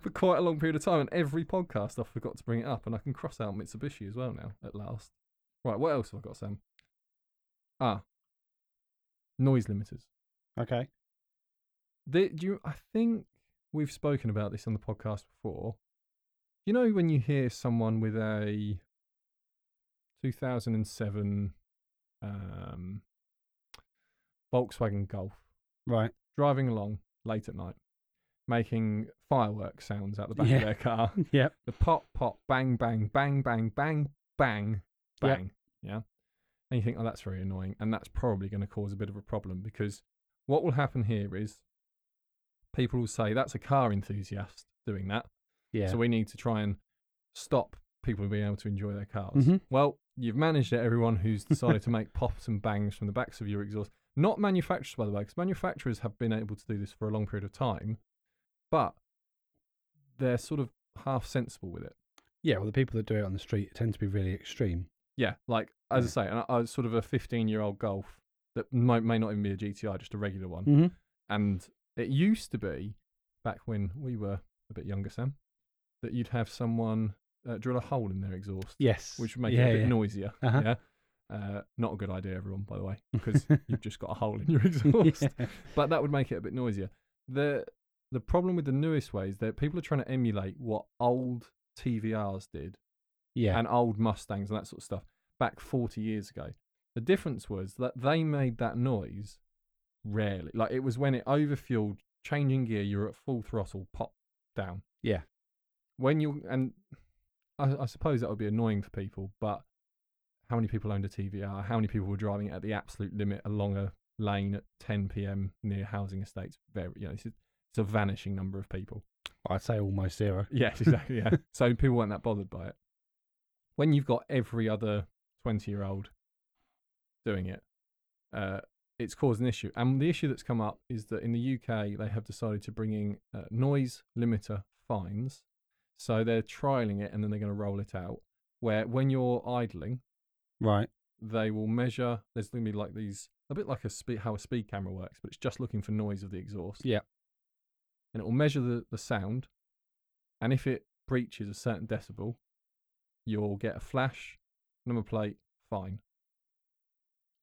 for quite a long period of time. And every podcast I forgot to bring it up, and I can cross out Mitsubishi as well now at last. Right, what else have I got, Sam? Ah, noise limiters.
Okay.
The, do you, I think we've spoken about this on the podcast before. You know when you hear someone with a 2007 um, Volkswagen Golf
Right.
driving along late at night, making fireworks sounds out the back
Yeah.
of their car,
Yep.
the pop, pop, bang, bang, bang, bang, bang, bang,
Yep.
bang. Yeah. And you think, oh, that's very annoying. And that's probably going to cause a bit of a problem because what will happen here is people will say, that's a car enthusiast doing that.
Yeah.
So we need to try and stop people being able to enjoy their cars.
Mhm.
Well, you've managed it, everyone who's decided to make pops and bangs from the backs of your exhaust. Not manufacturers, by the way, because manufacturers have been able to do this for a long period of time, but they're sort of half sensible with it.
yeah. Well, the people that do it on the street tend to be really extreme.
Yeah, like as I say, and I, I was sort of a 15 year old Golf that might, may not even be a GTI, just a regular one.
hmm
And it used to be back when we were a bit younger, Sam, that you'd have someone uh, drill a hole in their exhaust,
Yes.
which would make
Yeah,
it a bit
yeah.
noisier.
Uh-huh.
Yeah. Uh, not a good idea, everyone, by the way, because you've just got a hole in your exhaust.
Yeah.
But that would make it a bit noisier. The the problem with the newest way is that people are trying to emulate what old TVRs did
Yeah.
and old Mustangs and that sort of stuff back 40 years ago. The difference was that they made that noise rarely. Like it was when it overfueled, changing gear, you're at full throttle, pop down.
Yeah.
When you and I, I suppose that would be annoying for people, but how many people owned a TVR? How many people were driving it at the absolute limit along a lane at 10 p.m. near housing estates? Very, you know, it's a, it's a vanishing number of people.
I'd say almost zero.
Yes, exactly. Yeah. so people weren't that bothered by it. When you've got every other 20 year old doing it, uh, it's caused an issue. And the issue that's come up is that in the UK, they have decided to bring in uh, noise limiter fines. So they're trialing it and then they're going to roll it out. Where when you're idling,
Right.
they will measure. There's going to be like these, a bit like a speed, how a speed camera works, but it's just looking for noise of the exhaust.
Yeah.
And it will measure the, the sound. And if it breaches a certain decibel, you'll get a flash, number plate, fine.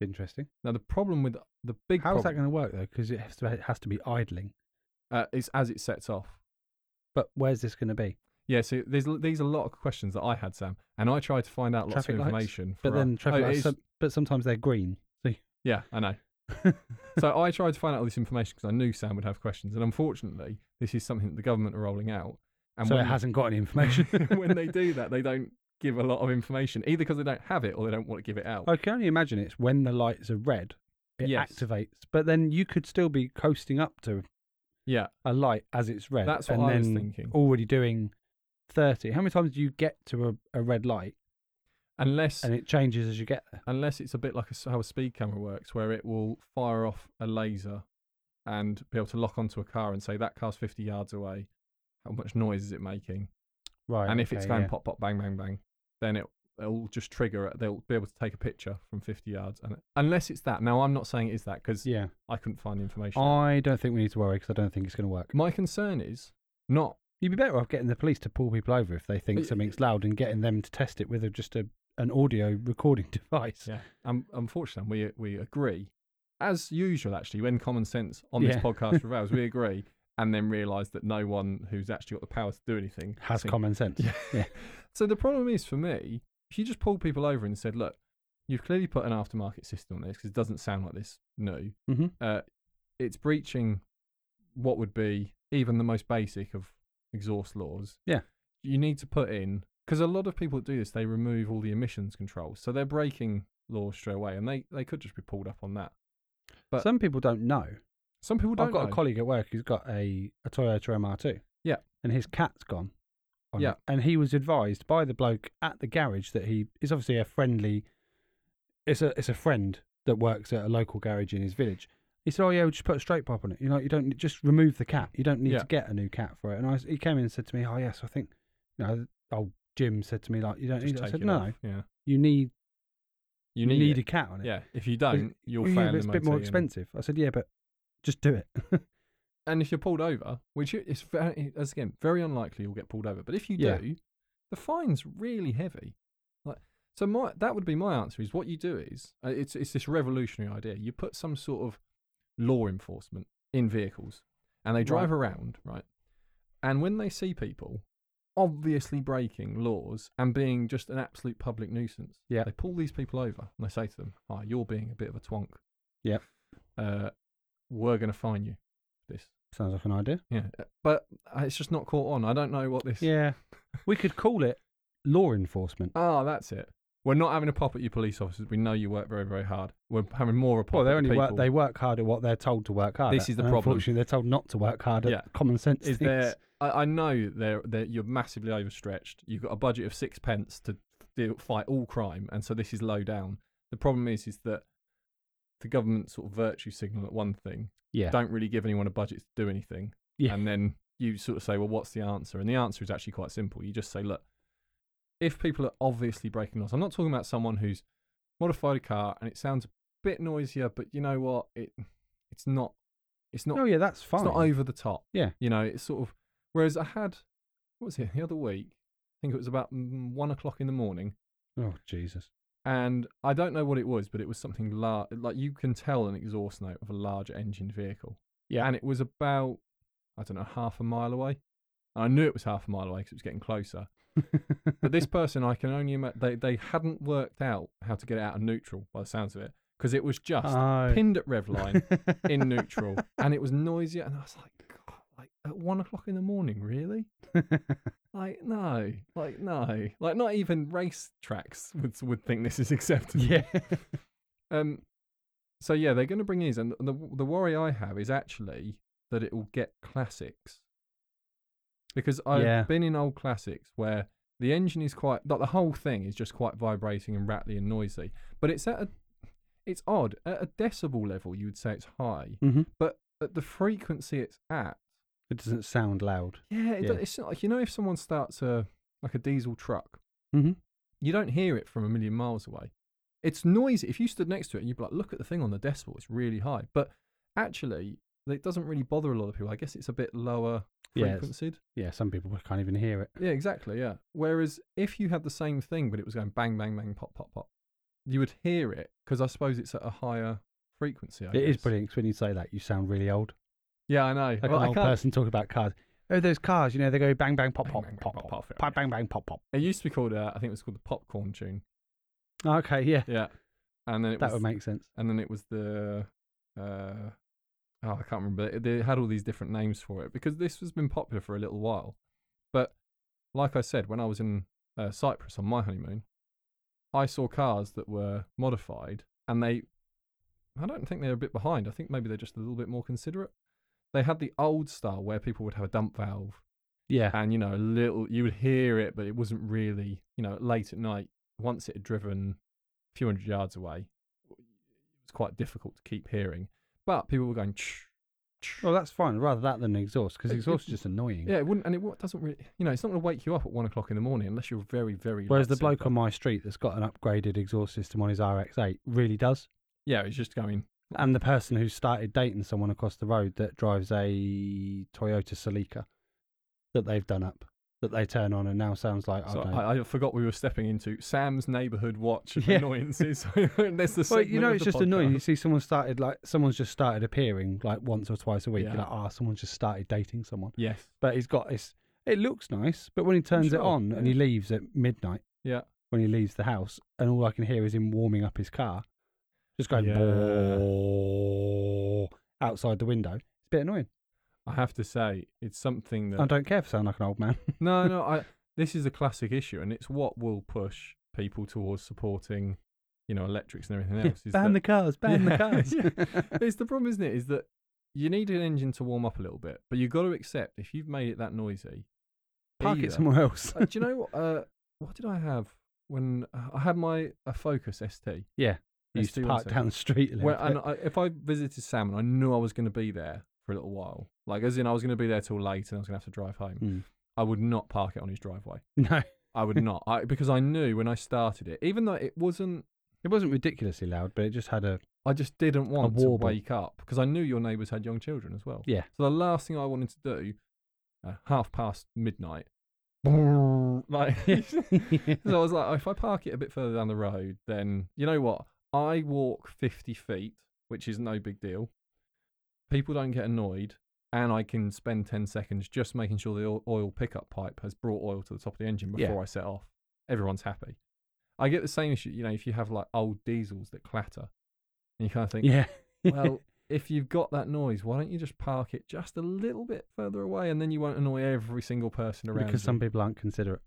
Interesting.
Now, the problem with the big
How's that
problem
going to work though? Because it has to it has to be idling.
uh, is as it sets off.
But where's this going to be?
Yeah, so there's l- these are a lot of questions that I had, Sam, and I tried to find out lots
Traffic
of
lights?
information. for
But
our-
then traffic
Oh, it
lights.
is-
some- but sometimes they're green. So
Yeah, I know. so I tried to find out all this information because I knew Sam would have questions, and unfortunately, this is something that the government are rolling out. And
so it
when-
hasn't got any information.
when they do that, they don't give a lot of information, either because they don't have it or they don't want to give it out.
I can only imagine it's when the lights are red, it
Yes.
activates. But then you could still be coasting up to
Yeah,
a light as it's red.
That's what
and
I was
then
thinking.
Already doing thirty. How many times do you get to a, a red light
unless
and it changes as you get there?
unless it's a bit like a s how a speed camera works, where it will fire off a laser and be able to lock onto a car and say that car's 50 yards away. How much noise is it making?
Right.
and if it's
okay,
going
yeah.
pop, pop, bang, bang, bang, then it it'll just trigger it. They'll be able to take a picture from 50 yards, and unless it's that. Now I'm not saying it is that because
Yeah. Oh.
I couldn't find the information.
I don't think we need to worry because I don't think it's going to work.
My concern is not
You'd be better off getting the police to pull people over if they think
But-
something's loud and getting them to test it with a, just a, an audio recording device.
Yeah. Um, unfortunately, we we agree, as usual. Actually, when common sense on
Yeah.
this podcast prevails, we agree, and then realise that no one who's actually got the power to do anything
Has
think-
common sense. Yeah.
So the problem is for me, if you just pulled people over and said, "Look, you've clearly put an aftermarket system on this because it doesn't sound like this new.
Mm-hmm.
Uh, it's breaching what would be even the most basic of exhaust laws.
Yeah.
You need to put in because a lot of people that do this, they remove all the emissions controls, so they're breaking laws straight away, and they they could just be pulled up on that. But-
Some people don't know.
Some people don't.
I've got
know.
a colleague at work who's got a, a Toyota MR2.
Yeah.
And his cat's gone. on
Yeah.
it. And he was advised by the bloke at the garage that he is obviously a friendly. It's a it's a friend that works at a local garage in his village. He said, "Oh yeah, we'll just put a straight pop on it. You know, you don't just remove the cat. You don't need
Yeah.
to get a new cat for it." And I, was- he came in and said to me, "Oh yes, I think." You know, old Jim said to me like, "You don't
Just
need." It. I
take
said,
it
"No,
off. Yeah.
you need
You
you
need,
need,
it.
a cat on it." "Oh,
Yeah. If you don't, you'll
yeah,
fail.
but
the
it's a bit more
motor and-
expensive. I said, "Yeah, but just do it."
and if you're pulled over, which i- is very, as again very unlikely you'll get pulled over, but if you
Yeah.
do, the fine's really heavy. Like so, my that would be my answer is what you do is uh, it's it's this revolutionary idea. You put some sort of law enforcement in vehicles, and they drive
Right.
around right, and when they see people obviously breaking laws and being just an absolute public nuisance,
Yeah.
they pull these people over and they say to them, "Hi, you're being a bit of a twonk.
Yeah.
uh, we're going to fine you." for This
Sounds like an idea.
yeah, uh, but uh, it's just not caught on. I don't know what this.
Yeah. We could call it law enforcement.
Ah, that's it. We're not having a pop at you, police officers. We know you work very, very hard. We're having more a pop.
Well, they
at the
only work,
people.
they work hard at what they're told to work hard.
This
at,
is the
and
problem.
Unfortunately, they're told not to work hard at
Yeah.
common sense.
Is
things.
there? I, I know they're, they're you're massively overstretched. You've got a budget of six pence to deal, fight all crime, and so this is low down. The problem is, is that the government sort of virtue signal at one thing,
Yeah.
don't um, really give anyone a budget to do anything,
Yeah.
and then you sort of say, well, what's the answer? And the answer is actually quite simple. You just say, look, if people are obviously breaking laws, I'm not talking about someone who's modified a car and it sounds bit noisier, but you know what? It it's not it's not
oh yeah, that's fine.
it's not over the top.
Yeah.
you know, it's sort of. Whereas I had what was it the other week? I think it was about mm, one o'clock in the morning,
Oh Jesus.
and I don't know what it was, but it was something large. Like you can tell an exhaust note of a large engine vehicle.
Yeah.
and it was about I don't know half a mile away. I knew it was half a mile away because it was getting closer. But this person, I can only imagine, they, they hadn't worked out how to get it out of neutral by the sounds of it because it was just
Oh.
pinned at rev line in neutral and it was noisier. And I was like, God, like at one o'clock in the morning, really? Like, no, like, no, like, not even race tracks would, would think this is acceptable.
yeah.
Um, so yeah, they're going to bring these, and the the worry I have is actually that it will get classics because I've
Yeah.
been in old classics where the engine is quite like the whole thing is just quite vibrating and rattly and noisy, but it's at a it's odd at a decibel level you would say it's high,
hmm
but at the frequency it's at,
It doesn't sound loud.
yeah, it do-
Yeah.
it's not like you know if someone starts a like a diesel truck,
Mm-hmm.
you don't hear it from a million miles away. It's noisy. If you stood next to it and you'd be like, look at the thing on the decibel, it's really high. But actually, it doesn't really bother a lot of people. I guess it's a bit lower
Yeah, it's-
frequencied.
Yeah, some people can't even hear it.
Yeah, exactly. Yeah. Whereas if you had the same thing, but it was going bang, bang, bang, pop, pop, pop, you would hear it because I suppose it's at a higher frequency. I
It is
guess.
brilliant 'cause when you say that, you sound really old.
Yeah, I know.
Like
Well,
an
I
old
can't-
person talking about cars. Oh, those cars, you know, they go bang, bang, pop,
Bang,
pop,
bang, bang,
pop,
pop,
pop,
pop,
pop, bang, bang, pop, pop.
It used to be called, uh, I think it was called the popcorn tune.
Okay, yeah,
Yeah. And then it
that
was
would make sense.
and then it was the uh, oh I can't remember. They- They had all these different names for it because this has been popular for a little while. But like I said, when I was in uh, Cyprus on my honeymoon, I saw cars that were modified, and they I don't think they're a bit behind. I think maybe they're just a little bit more considerate. They had the old style where people would have a dump valve,
Yeah,
and you know, a little you would hear it, but it wasn't really you know late at night. Once it had driven a few hundred yards away, it's quite difficult to keep hearing. But people were going, "Tch, tch."
well, that's fine. Rather that than exhaust, because
It-
exhaust
it-
is just annoying.
yeah, it wouldn't, and it wa- doesn't really, you know, it's not going to wake you up at one o'clock in the morning unless you're very, very.
Whereas the
loud
bloke
sleeper.
on my street that's got an upgraded exhaust system on his RX8 really does.
yeah, it's just going.
And the person who started dating someone across the road that drives a Toyota Celica that they've done up, that they turn on and now sounds like,
So
I don't
I, I forgot we were stepping into Sam's neighbourhood watch
Yeah.
annoyances. That's the
Well, you
segment
know,
of
it's
the
just annoying. You
podcast.
see, someone started like someone's just started appearing like once or twice a week. You're
Yeah.
like, ah, someone's just started dating someone.
Yes.
But he's got this. It looks nice, but when he turns
sure,
it on and he leaves at midnight,
Yeah.
when he leaves the house, and all I can hear is him warming up his car, just going
Yeah.
"Bawr" outside the window. It's a bit annoying.
I have to say, it's something that
I don't care if I sound like an old man.
No, no, I this is a classic issue and it's what will push people towards supporting, you know, electrics and everything else. is
ban the
that-
cars, ban
Yeah,
the cars.
it's the problem, isn't it? Is that you need an engine to warm up a little bit, but you've got to accept if you've made it that noisy.
Park
either-
it somewhere else.
Uh, do you know what uh, what did I have when uh, I had my a Focus ST?
Yeah, You used
ST
to park down the street. A little
Well, and
bit.
I, if I visited Sam and I knew I was going to be there for a little while, like as in I was going to be there till late and I was going to have to drive home,
Mm.
I would not park it on his driveway.
No,
I would not. I because I knew when I started it, even though it wasn't
it wasn't ridiculously loud, but it just had a
I just didn't want to
warble.
wake up because I knew your neighbours had young children as well.
Yeah.
So the last thing I wanted to do, uh, half past midnight, like so I was like, if I park it a bit further down the road, then you know what? I walk 50 feet, which is no big deal. People don't get annoyed, and I can spend 10 seconds just making sure the oil- oil pickup pipe has brought oil to the top of the engine
Yeah.
before I set off. Everyone's happy. I get the same issue, you know, if you have like old diesels that clatter, and you kind of think,
yeah.
well, if you've got that noise, why don't you just park it just a little bit further away, and then you won't annoy every single person around.
because
you.
some people aren't considerate.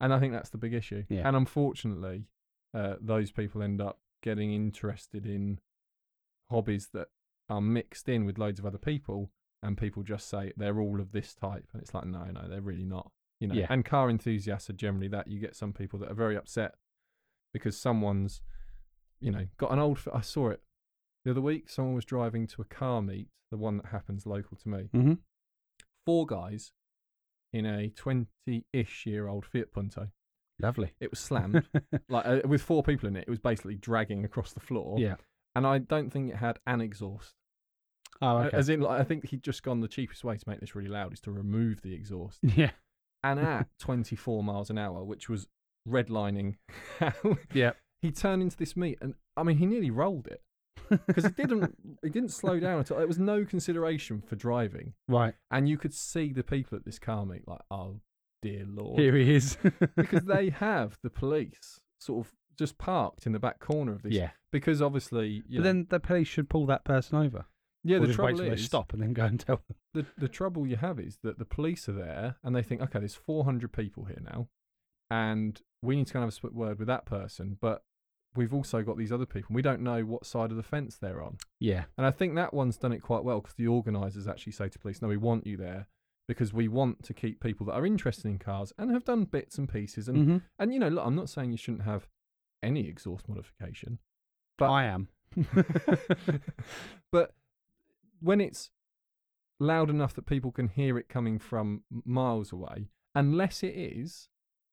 And I think that's the big issue.
Yeah.
And unfortunately, uh, those people end up getting interested in hobbies that are mixed in with loads of other people, and people just say they're all of this type, and it's like, no, no, they're really not. You know.
Yeah.
And car enthusiasts are generally that. You get some people that are very upset because someone's, you know, got an old. I saw it the other week. Someone was driving to a car meet, the one that happens local to me
Mm-hmm.
four guys in a 20 ish year old Fiat Punto
Lovely.
It was slammed like uh, with four people in it. It was basically dragging across the floor.
yeah.
and I don't think it had an exhaust.
Oh,
A-
okay.
As in, like, I think he'd just gone the cheapest way to make this really loud is to remove the exhaust.
yeah.
And at 24 miles an hour, which was redlining how
Yeah.
he turned into this meat, and I mean, he nearly rolled it because it didn't. it didn't slow down at all. There was no consideration for driving,
Right.
and you could see the people at this car meet like, oh dear lord,
Here he is.
because they have the police sort of just parked in the back corner of this.
yeah.
Because obviously, you
But
know-
then the police should pull that person over.
yeah,
Or
the
just wait
trouble
till they
is
stop and then go and tell them.
the the trouble you have is that the police are there and they think, okay, there's 400 people here now, and we need to kind of have a split word with that person, but we've also got these other people. We don't know what side of the fence they're on,
Yeah.
and I think that one's done it quite well because the organisers actually say to police, no, we want you there because we want to keep people that are interested in cars and have done bits and pieces, and
hmm
and you know, look, I'm not saying you shouldn't have any exhaust modification, but-
I am.
but when it's loud enough that people can hear it coming from m- miles away, unless it is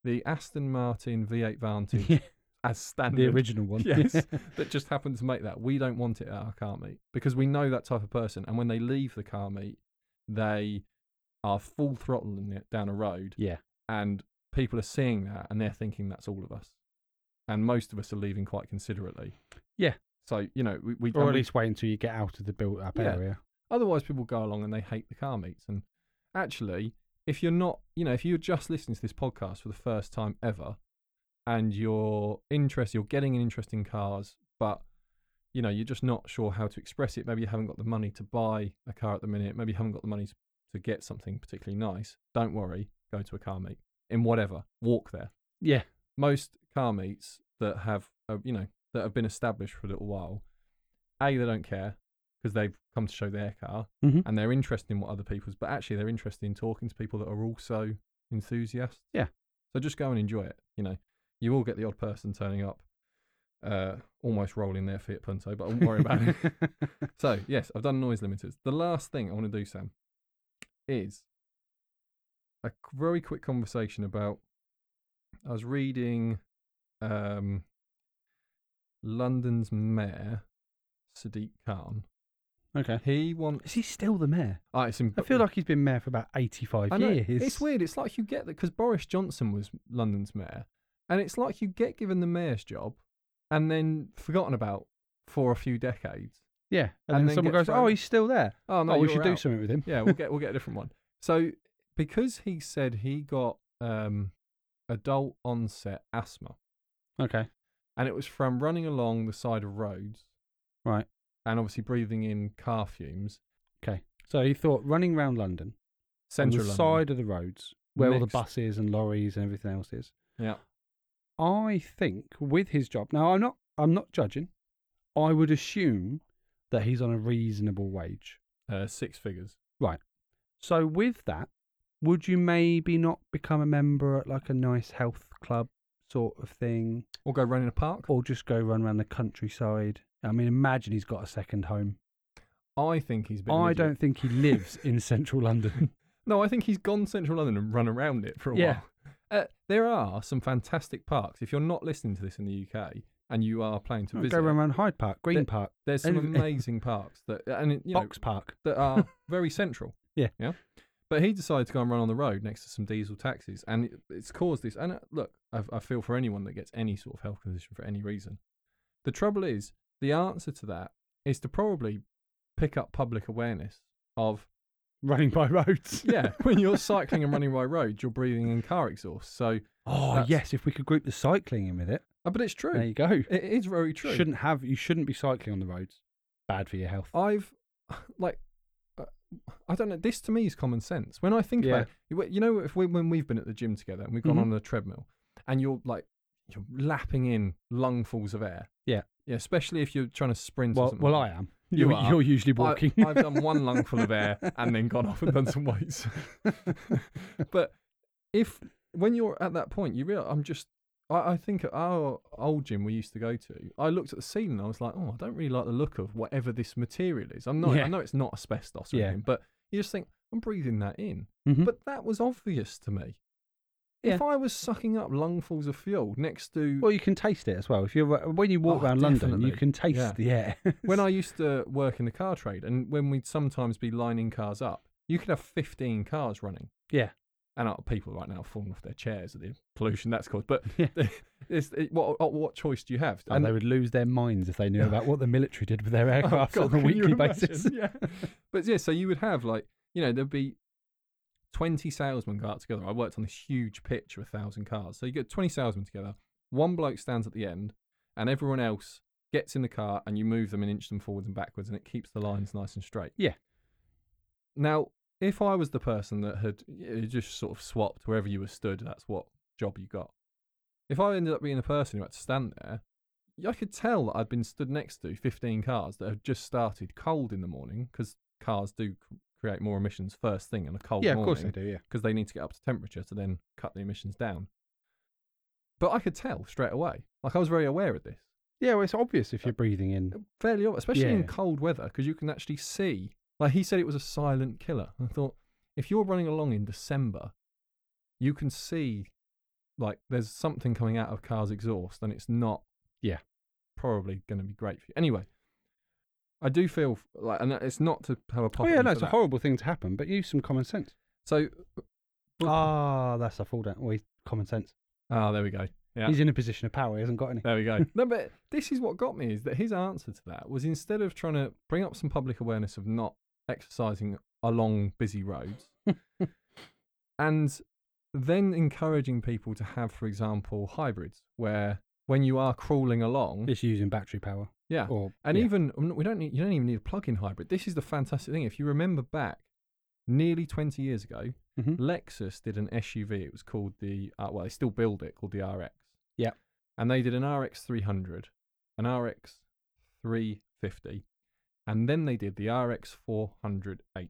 the Aston Martin V8 Vantage
Yeah,
as standard,
the original one.
yes, that just happened to make that, we don't want it at our car meet because we know that type of person. And when they leave the car meet, they are full throttling it down a road,
yeah.
and people are seeing that and they're thinking that's all of us. And most of us are leaving quite considerately.
Yeah.
So, you know, we, we,
Or
and
at
we
least wait until you get out of the built up
Yeah.
area.
Otherwise, people go along and they hate the car meets. And actually, if you're not, you know, if you're just listening to this podcast for the first time ever, and you're interest, you're getting an interest in cars, but you know, you're just not sure how to express it. Maybe you haven't got the money to buy a car at the minute. Maybe you haven't got the money to, to get something particularly nice. Don't worry, go to a car meet in whatever. Walk there.
Yeah.
Most car meets that have, uh, you know, that have been established for a little while, a they don't care because they've come to show their car
Mm-hmm.
and they're interested in what other people's, but actually they're interested in talking to people that are also enthusiasts.
Yeah.
So just go and enjoy it. You know, you will get the odd person turning up, uh, almost rolling their Fiat Punto, but I won't worry about it. So yes, I've done noise limiters. The last thing I want to do, Sam, is a c- very quick conversation about. I was reading, um, London's mayor, Sadiq Khan.
okay.
He wants.
Is he still the mayor?
Oh, it's
I feel like he's been mayor for about 85
I know,
years.
It's weird. It's like you get that because Boris Johnson was London's mayor, and it's like you get given the mayor's job and then forgotten about for a few decades.
Yeah.
And
And, then,
then
someone
get
goes, oh,
thrown.
he's still there.
Oh no,
oh, we
you're
should do
out.
something with him.
Yeah, we'll get we'll get a different one. So because he said he got um, adult onset asthma,
okay.
and it was from running along the side of roads,
Right.
and obviously breathing in car fumes.
Okay. So he thought running round London,
Central
on the
London.
side of the roads, where all the
Mixed.
buses and lorries and everything else is.
Yeah.
I think with his job now I'm not I'm not judging. I would assume that he's on a reasonable wage.
Uh, six figures.
So with that, would you maybe not become a member at like a nice health club sort of thing?
Or go run in a park.
Or just go run around the countryside? I mean imagine he's got a second home.
I think he's been.
I
idiot.
don't think he lives in central London.
No, I think he's gone central London and run around it for a
Yeah.
while. Uh, there are some fantastic parks. If you're not listening to this in the UK and you are planning to visit,
go run around Hyde Park, Green
There-
Park,
there's some
and-
amazing parks that and you know,
Box Park.
that are very central.
Yeah.
yeah. But he decided to go and run on the road next to some diesel taxis, and it- it's caused this. And uh, look, I, I feel for anyone that gets any sort of health condition for any reason. The trouble is, the answer to that is to probably pick up public awareness of
Running by roads.
yeah, when you're cycling and running by roads, you're breathing in car exhaust. So,
Oh
That's-
yes, if we could group the cycling in with it.
uh, but it's true.
There you go.
It is very true.
Shouldn't have you shouldn't be cycling on the roads. Bad for your health.
I've like, uh, I don't know. This to me is common sense. When I think
Yeah.
about it, you- you know, if we, when we've been at the gym together and we've gone
Mhm.
on a treadmill, and you're like, you're lapping in lungfuls of air.
Yeah.
yeah. Especially if you're trying to sprint. or
Well,
something
well, I
like
am.
You
You
are.
are. usually
that. I-
walking.
I've done one lungful of air and then gone off and done some weights. but if when you're at that point, you realize I'm just. I, I think at our old gym we used to go to, I looked at the ceiling and I was like, oh, I don't really like the look of whatever this material is. I'm not.
Yeah.
I know it's not asbestos or
Yeah.
anything, but you just think I'm breathing that in.
Mhm.
But that was obvious to me.
Yeah.
If I was sucking up lungfuls of fuel next to
Well, you can taste it as well. If you're uh, when you walk
Oh,
around London, you
definitely.
can taste
Yeah.
the air.
when I used to work in the car trade, and when we'd sometimes be lining cars up, you could have 15 cars running.
Yeah.
And uh, people right now are falling off their chairs at the pollution that's caused. But
Yeah.
it's, it, what, uh, what choice do you have?
and Oh, they would lose their minds if they knew about what the military did with their
Oh,
aircraft
God,
on a
can you
weekly
imagine?
basis.
Yeah. But yeah, so you would have like, you know, there'd be 20 salesmen go out together. I worked on this huge pitch with a thousand cars. So you get 20 salesmen together. One bloke stands at the end, and everyone else gets in the car and you move them and inch them forwards and backwards, and it keeps the lines nice and straight.
Yeah.
Now, if I was the person that had you know, just sort of swapped wherever you were stood, that's what job you got. If I ended up being the person who had to stand there, I could tell that I'd been stood next to 15 cars that had just started cold in the morning because cars do c- create more emissions first thing on a cold
Yeah, of
morning
course Oh, they do. Yeah,
because they need to get up to temperature to then cut the emissions down. But I could tell straight away. Like I was very aware of this,
yeah. Well, it's obvious if you're breathing in.
fairly obvious, especially in
Yeah.
cold weather because you can actually see. Like he said, it was a silent killer. I thought if you're running along in December, you can see like there's something coming out of a car's exhaust, and it's not
Yeah.
probably going to be great for you. Anyway, I do feel f- like, and it's not to have a
Oh
pop.
yeah, no, it's a horrible thing to happen, but use some common sense.
So,
Ah, that's a fall down. Well, he's- common sense.
ah, there we go. Yeah.
He's in a position of power. He hasn't got any.
There we go. no, but this is what got me is that his answer to that was instead of trying to bring up some public awareness of not exercising along busy roads and then encouraging people to have, for example, hybrids where when you are crawling along,
It's using battery power.
yeah,
Or
and
yeah.
even um, we don't need, you don't even need a plug-in hybrid. This is the fantastic thing. If you remember back nearly 20 years ago,
Mhm.
Lexus did an SUV. It was called the uh, well, they still build it called the RX.
Yeah.
And they did an RX 300, an RX 350, and then they did the RX 400H,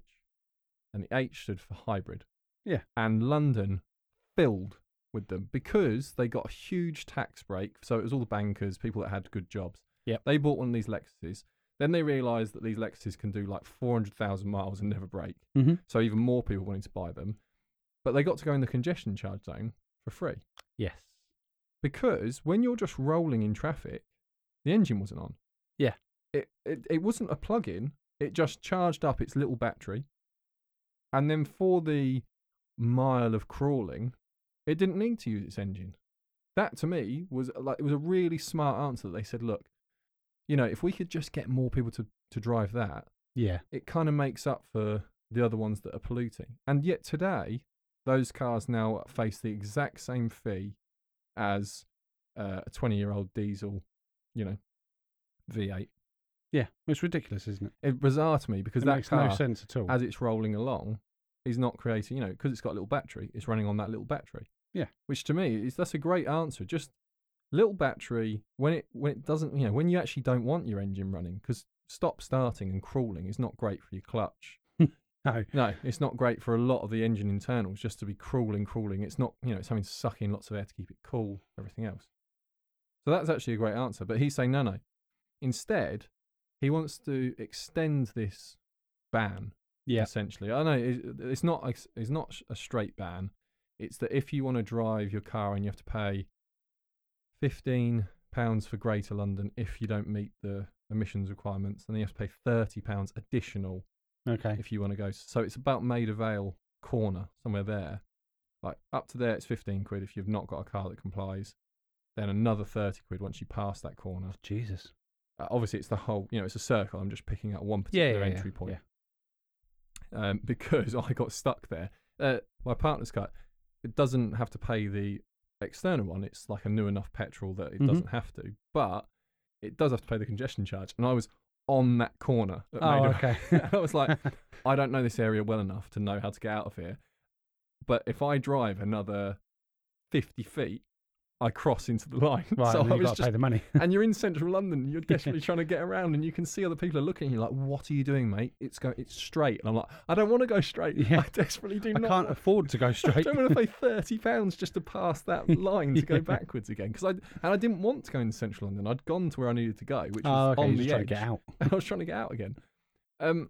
and the H stood for hybrid.
Yeah.
And London filled with them because they got a huge tax break. So it was all the bankers, people that had good jobs.
Yep.
They bought one of these Lexuses. Then they realised that these Lexuses can do like 400,000 miles and never break.
Mhm.
So even more people wanted to buy them. But they got to go in the congestion charge zone for free
yes,
because when you're just rolling in traffic, the engine wasn't on.
Yeah.
It it, it wasn't a plug-in. It just charged up its little battery, and then for the mile of crawling, it didn't need to use its engine. That to me was like it was a really smart answer. They said, look, you know, if we could just get more people to to drive that,
yeah.
it kind of makes up for the other ones that are polluting. And yet today, those cars now face the exact same fee as uh, a 20 year old diesel, you know, V8.
Yeah, it's ridiculous, isn't it?
It's bizarre to me because
it
that
makes
car,
no sense at all.
as it's rolling along, is not creating, you know, because it's got a little battery, it's running on that little battery.
Yeah.
Which to me is that's a great answer. Just little battery when it when it doesn't, you know, when you actually don't want your engine running because stop starting and crawling is not great for your clutch.
no,
No, it's not great for a lot of the engine internals just to be crawling, crawling. It's not, you know, it's having to suck in lots of air to keep it cool, everything else. So that's actually a great answer. But he's saying, no, no. Instead, he wants to extend this ban,
Yeah.
essentially. I know it- it's not, a- it's not sh- a straight ban. It's that if you want to drive your car and you have to pay £15 for Greater London if you don't meet the emissions requirements, then you have to pay £30 additional
okay.
if you want to go. So it's about Maida Vale corner, somewhere there. Like up to there, it's 15 quid if you've not got a car that complies. Then another 30 quid once you pass that corner.
Oh, Jesus.
Uh, obviously, it's the whole, you know, it's a circle. I'm just picking out one particular entry point
Yeah.
um, because I got stuck there. Uh, my partner's car, it doesn't have to pay the external one. It's like a new enough petrol that it
Mhm.
doesn't have to, but it does have to pay the congestion charge. And I was on that corner. At
Oh,
Maida
okay.
Vale. I was like, I don't know this area well enough to know how to get out of here. But if I drive another 50 feet, I cross into the line.
right,
so
and
I
then you
was
got to
just,
pay the money.
and you're in central London, you're desperately trying to get around, and you can see other people are looking at you like, What are you doing, mate? It's go, it's straight. And I'm like, I don't want to go straight.
Yeah.
I desperately do
I
not.
can't afford to go
I
straight.
don't want to pay thirty pounds just to pass that line to go
Yeah.
backwards again because I and I didn't want to go into central London. I'd gone to where I needed to go, which
oh,
was
okay.
on
You're just
the
trying
edge
to get out.
and I was trying to get out again. Um,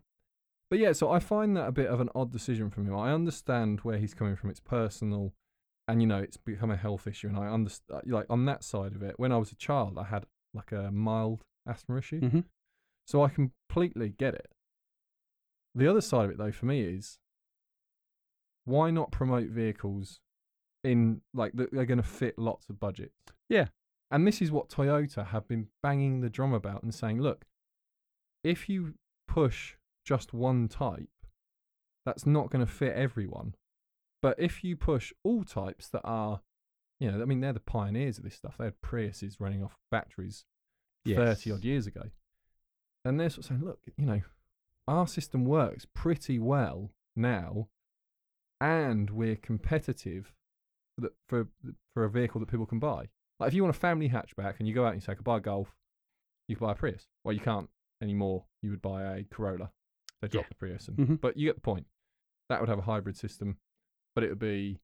but yeah, so I find that a bit of an odd decision from him. I understand where he's coming from. It's personal. and you know it's become a health issue. And I understand, like on that side of it, when I was a child, I had like a mild asthma issue,
Mm-hmm.
so I completely get it. The other side of it, though, for me is why not promote vehicles in like that they're going to fit lots of budgets?
Yeah.
And this is what Toyota have been banging the drum about and saying, look, if you push just one type, that's not going to fit everyone. But if you push all types that are, you know, I mean, they're the pioneers of this stuff. They had Priuses running off batteries 30 odd years ago. And they're sort of saying, look, you know, our system works pretty well now, and we're competitive for, the, for, for a vehicle that people can buy. Like, if you want a family hatchback and you go out and you say, I could buy a Golf, you can buy a Prius. Well, you can't anymore. You would buy a Corolla. They dropped
Yeah.
the Prius. And,
Mhm.
But you get the point. That would have a hybrid system, but it would be,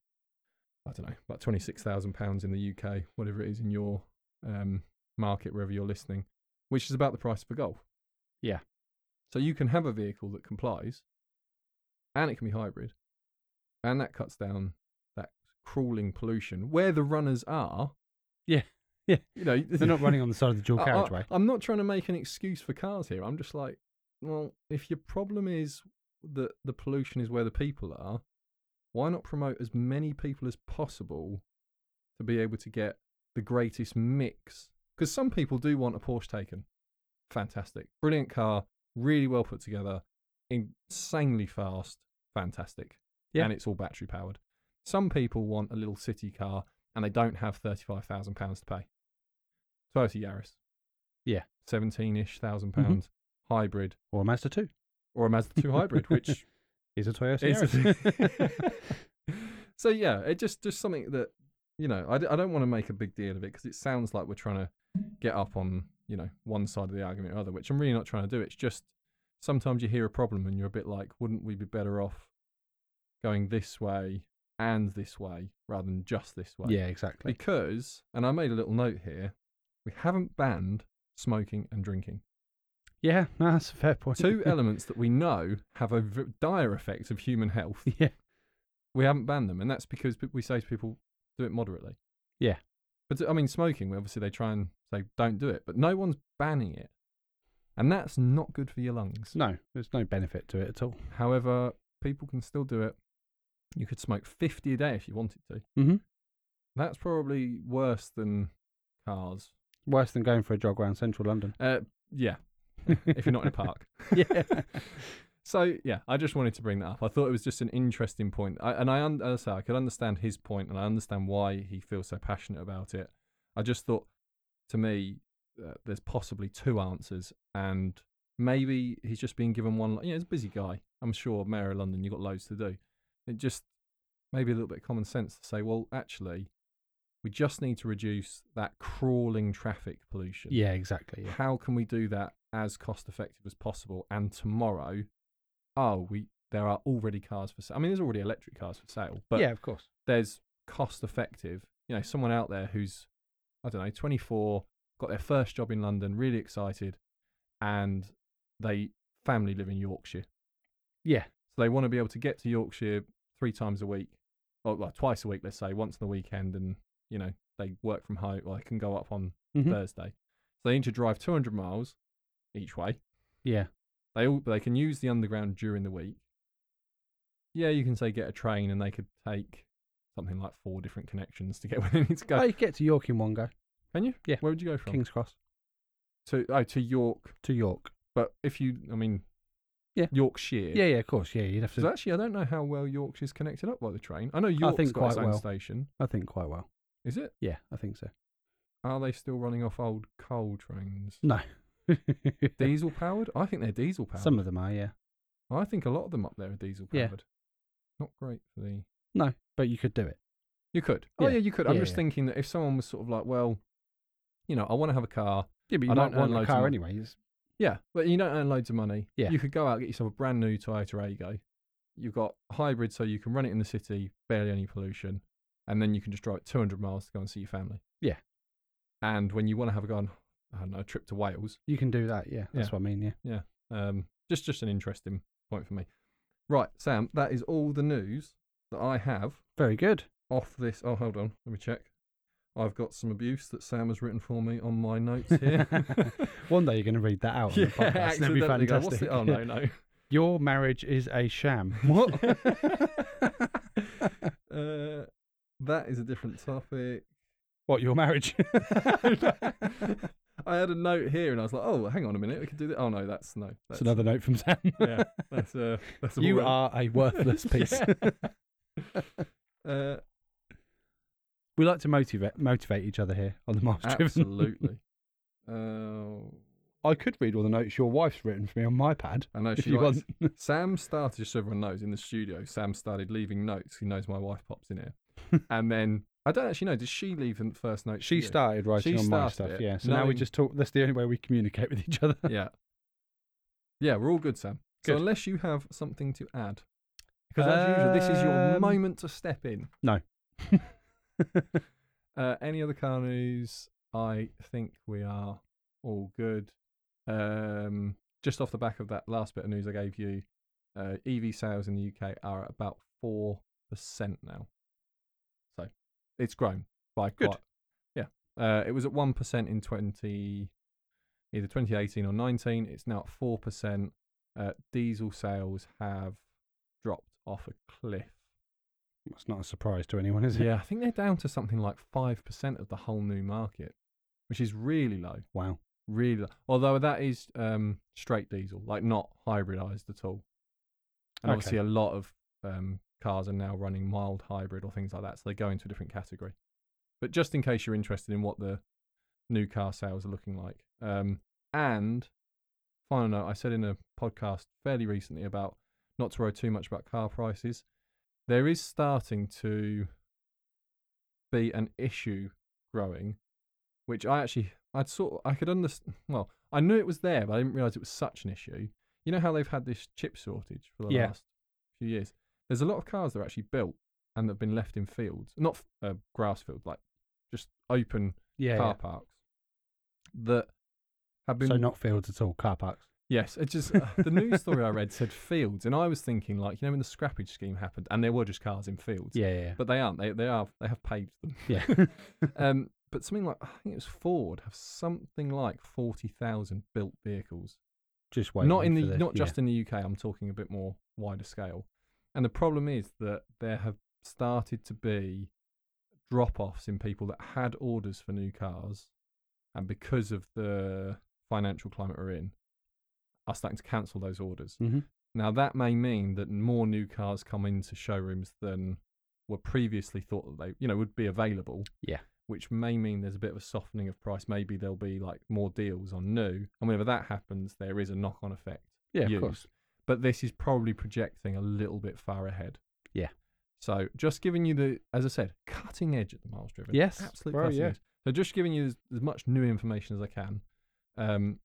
I don't know, about £26,000 in the UK, whatever it is in your um, market, wherever you're listening, which is about the price of a Golf.
Yeah.
So you can have a vehicle that complies and it can be hybrid and that cuts down that crawling pollution where the runners are.
Yeah, yeah.
You know,
They're not running on the side of the dual
I-
carriageway.
I, am not trying to make an excuse for cars here. I'm just like, well, if your problem is that the pollution is where the people are, why not promote as many people as possible to be able to get the greatest mix? Because some people do want a Porsche taken. Fantastic. Brilliant car, really well put together, insanely fast, fantastic.
Yeah.
And it's all battery powered. Some people want a little city car and they don't have £35,000 to pay. Toyota Yaris.
Yeah.
17 ish thousand
Mhm.
pounds hybrid
Or a Mazda 2
or a Mazda 2 hybrid, which
is a Toyota
is.
Yaris.
so, yeah, it just, just something that, you know, I, d- I don't want to make a big deal of it because it sounds like we're trying to get up on, you know, one side of the argument or other, which I'm really not trying to do. It's just sometimes you hear a problem and you're a bit like, wouldn't we be better off going this way and this way rather than just this way?
yeah, exactly.
Because, and I made a little note here, we haven't banned smoking and drinking.
Yeah, no, that's a fair point.
Two elements that we know have a v- dire effect of human health.
yeah,
We haven't banned them, and that's because pe- we say to people, do it moderately.
Yeah.
But I mean, smoking, obviously, they try and say, don't do it, but no one's banning it. And that's not good for your lungs.
no, there's no benefit to it at all.
However, people can still do it. You could smoke 50 a day if you wanted to.
Mm-hmm.
That's probably worse than cars.
Worse than going for a jog around central London.
Uh, yeah, if you're not in a park.
yeah,
So yeah, I just wanted to bring that up. I thought it was just an interesting point, I, and I, un- as I say, I could understand his point, and I understand why he feels so passionate about it. I just thought, to me, uh, there's possibly two answers, and maybe he's just been given one. You know, he's a busy guy. I'm sure Mayor of London, you've got loads to do. It just maybe a little bit of common sense to say, well, actually, we just need to reduce that crawling traffic pollution
yeah, exactly. Yeah.
how can we do that as cost effective as possible and tomorrow oh we there are already cars for sale i mean there's already electric cars for sale but
yeah, of course.
there's cost effective you know someone out there who's i don't know 24 got their first job in london really excited and they family live in yorkshire
Yeah,
so they want to be able to get to yorkshire three times a week or well, twice a week let's say once on the weekend and you know they work from home or they can go up on
mhm.
Thursday. So they need to drive 200 miles each way.
yeah,
They all they can use the underground during the week. Yeah, you can say get a train, and they could take something like four different connections to get where they need to go.
Oh, you get to York in one go.
can you?
yeah.
Where would you go from?
King's Cross
To oh to York,
to York.
but if you, I mean,
Yeah.
Yorkshire.
Yeah, yeah, of course. Yeah, you'd have
So
to.
actually, I don't know how well Yorkshire's connected up by the train. I know York's
think
got its
quite
own
well.
station.
I think quite well.
Is it?
Yeah, I think so.
Are they still running off old coal trains?
No.
diesel powered? I think they're diesel powered.
Some of them are, yeah.
I think a lot of them up there are diesel
Yeah.
powered. Not great for the.
No, but you could do it.
You could. Oh
Yeah.
yeah, you could. I'm
Yeah,
just
yeah.
thinking that if someone was sort of like, well, you know, I want to have a car.
Yeah, but
you might
you don't
earn
want a
loads of
car
money.
anyway. It's-
Yeah, but you don't earn loads of money.
Yeah.
You could go out get yourself a brand new Toyota Ego. You've got hybrid, so you can run it in the city, barely any pollution, and then you can just drive it 200 miles to go and see your family.
Yeah.
And when you want to have a go on, I don't know, a trip to Wales,
You can do that. Yeah, that's
Yeah.
what I mean. Yeah.
um, just just an interesting point for me. Right, Sam, that is all the news that I have.
Very good.
off this. Oh, hold on. Let me check. I've got some abuse that Sam has written for me on my notes here.
One day you're going to read that out on Oh, the podcast. That'd be
accidentally go,
fantastic.
"What's the- oh, no, no.
Your marriage is a sham.
Oh,
What?
Uh, that is a different topic.
what, your marriage?
I had a note here and I was like, oh, hang on a minute. We could do that. Oh, no, that's no. That's,
That's another note from Sam.
yeah, that's, uh, that's all
you
right.
are a worthless piece.
Uh,
We like to motivate motivate each other here on the Mars Driven.
absolutely. Oh,
I could read all the notes your wife's written for me on my pad.
I know
If
she
you
likes
want.
Sam started, just so everyone knows, in the studio, Sam started leaving notes. He knows my wife pops in here. and then, I don't actually know, did she leave the first note? to
She
you?
started writing
She
on my
started
stuff.
it,
Yeah. So now we
knowing-
just talk. That's the only way we communicate with each other.
Yeah. Yeah, we're all good, Sam. So
Good.
unless you have something to add, because as usual, this is your
Um,
moment to step in.
no.
uh, any other car news? I think we are all good. Um, just off the back of that last bit of news I gave you, uh, EV sales in the UK are at about four percent now. So it's grown by
Good.
quite. Yeah, uh, it was at one percent in twenty, either twenty eighteen or nineteen. It's now at four percent. Uh, diesel sales have dropped off a cliff.
That's not a surprise to anyone, is it?
Yeah, I think they're down to something like five percent of the whole new market, which is really low.
Wow.
Really, low. although that is um, straight diesel, like not hybridized at all. And
Okay.
obviously, a lot of um, cars are now running mild hybrid or things like that, so they go into a different category. But just in case you're interested in what the new car sales are looking like, um, and final note, I said in a podcast fairly recently about not to worry too much about car prices. There is starting to be an issue growing, which I actually I'd sort I could understand. Well, I knew it was there, but I didn't realize it was such an issue. You know how they've had this chip shortage for the
Yeah.
last few years. There's a lot of cars that are actually built and that have been left in fields, not f- uh, grass fields, like just open
Yeah.
car parks that have
yeah.
been
So not fields at all. Car parks.
Yes, it just uh, the news story I read said fields, and I was thinking like you know when the scrappage scheme happened, and there were just cars in fields.
Yeah. Yeah.
but they aren't. They they are they have paved them.
yeah.
Um, but something like I think it was Ford have something like forty thousand built vehicles.
just waiting.
not in the
for
not
yeah.
just in the UK. I'm talking a bit more wider scale. And the problem is that there have started to be drop-offs in people that had orders for new cars, and because of the financial climate we're in, are starting to cancel those orders.
Mhm.
Now, that may mean that more new cars come into showrooms than were previously thought that they, you know, would be available.
Yeah.
Which may mean there's a bit of a softening of price. Maybe there'll be like more deals on new, and whenever that happens, there is a knock-on effect.
Yeah. Of
used.
course.
But this is probably projecting a little bit far ahead.
Yeah.
So just giving you the, as I said, cutting edge at the miles driven.
Yes.
Absolute
Well,
cutting
yeah.
edge. So just giving you as, as much new information as I can. Um,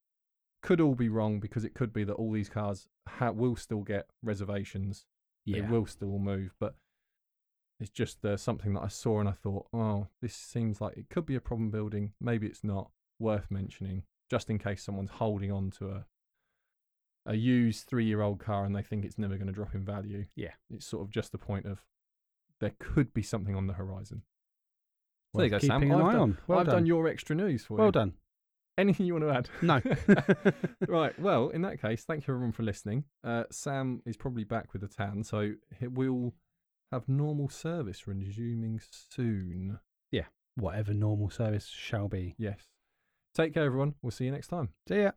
could all be wrong because it could be that all these cars ha- will still get reservations
Yeah.
it will still move, but it's just uh, something that I saw and I thought, oh, this seems like it could be a problem building. Maybe it's not worth mentioning, just in case someone's holding on to a a used three year old car and they think it's never going to drop in value.
Yeah.
it's sort of just the point of there could be something on the horizon. So
Worth
there you go, Sam.
keeping an
I've
eye
done-
on. Well
I've
done.
done. your extra news for
well
you.
done.
Anything you want to add?
No.
right. Well, in that case, thank you everyone for listening. Uh, Sam is probably back with a tan, so he- we'll have normal service resuming soon.
Whatever normal service shall be.
Yes. Take care, everyone. We'll see you next time.
See ya.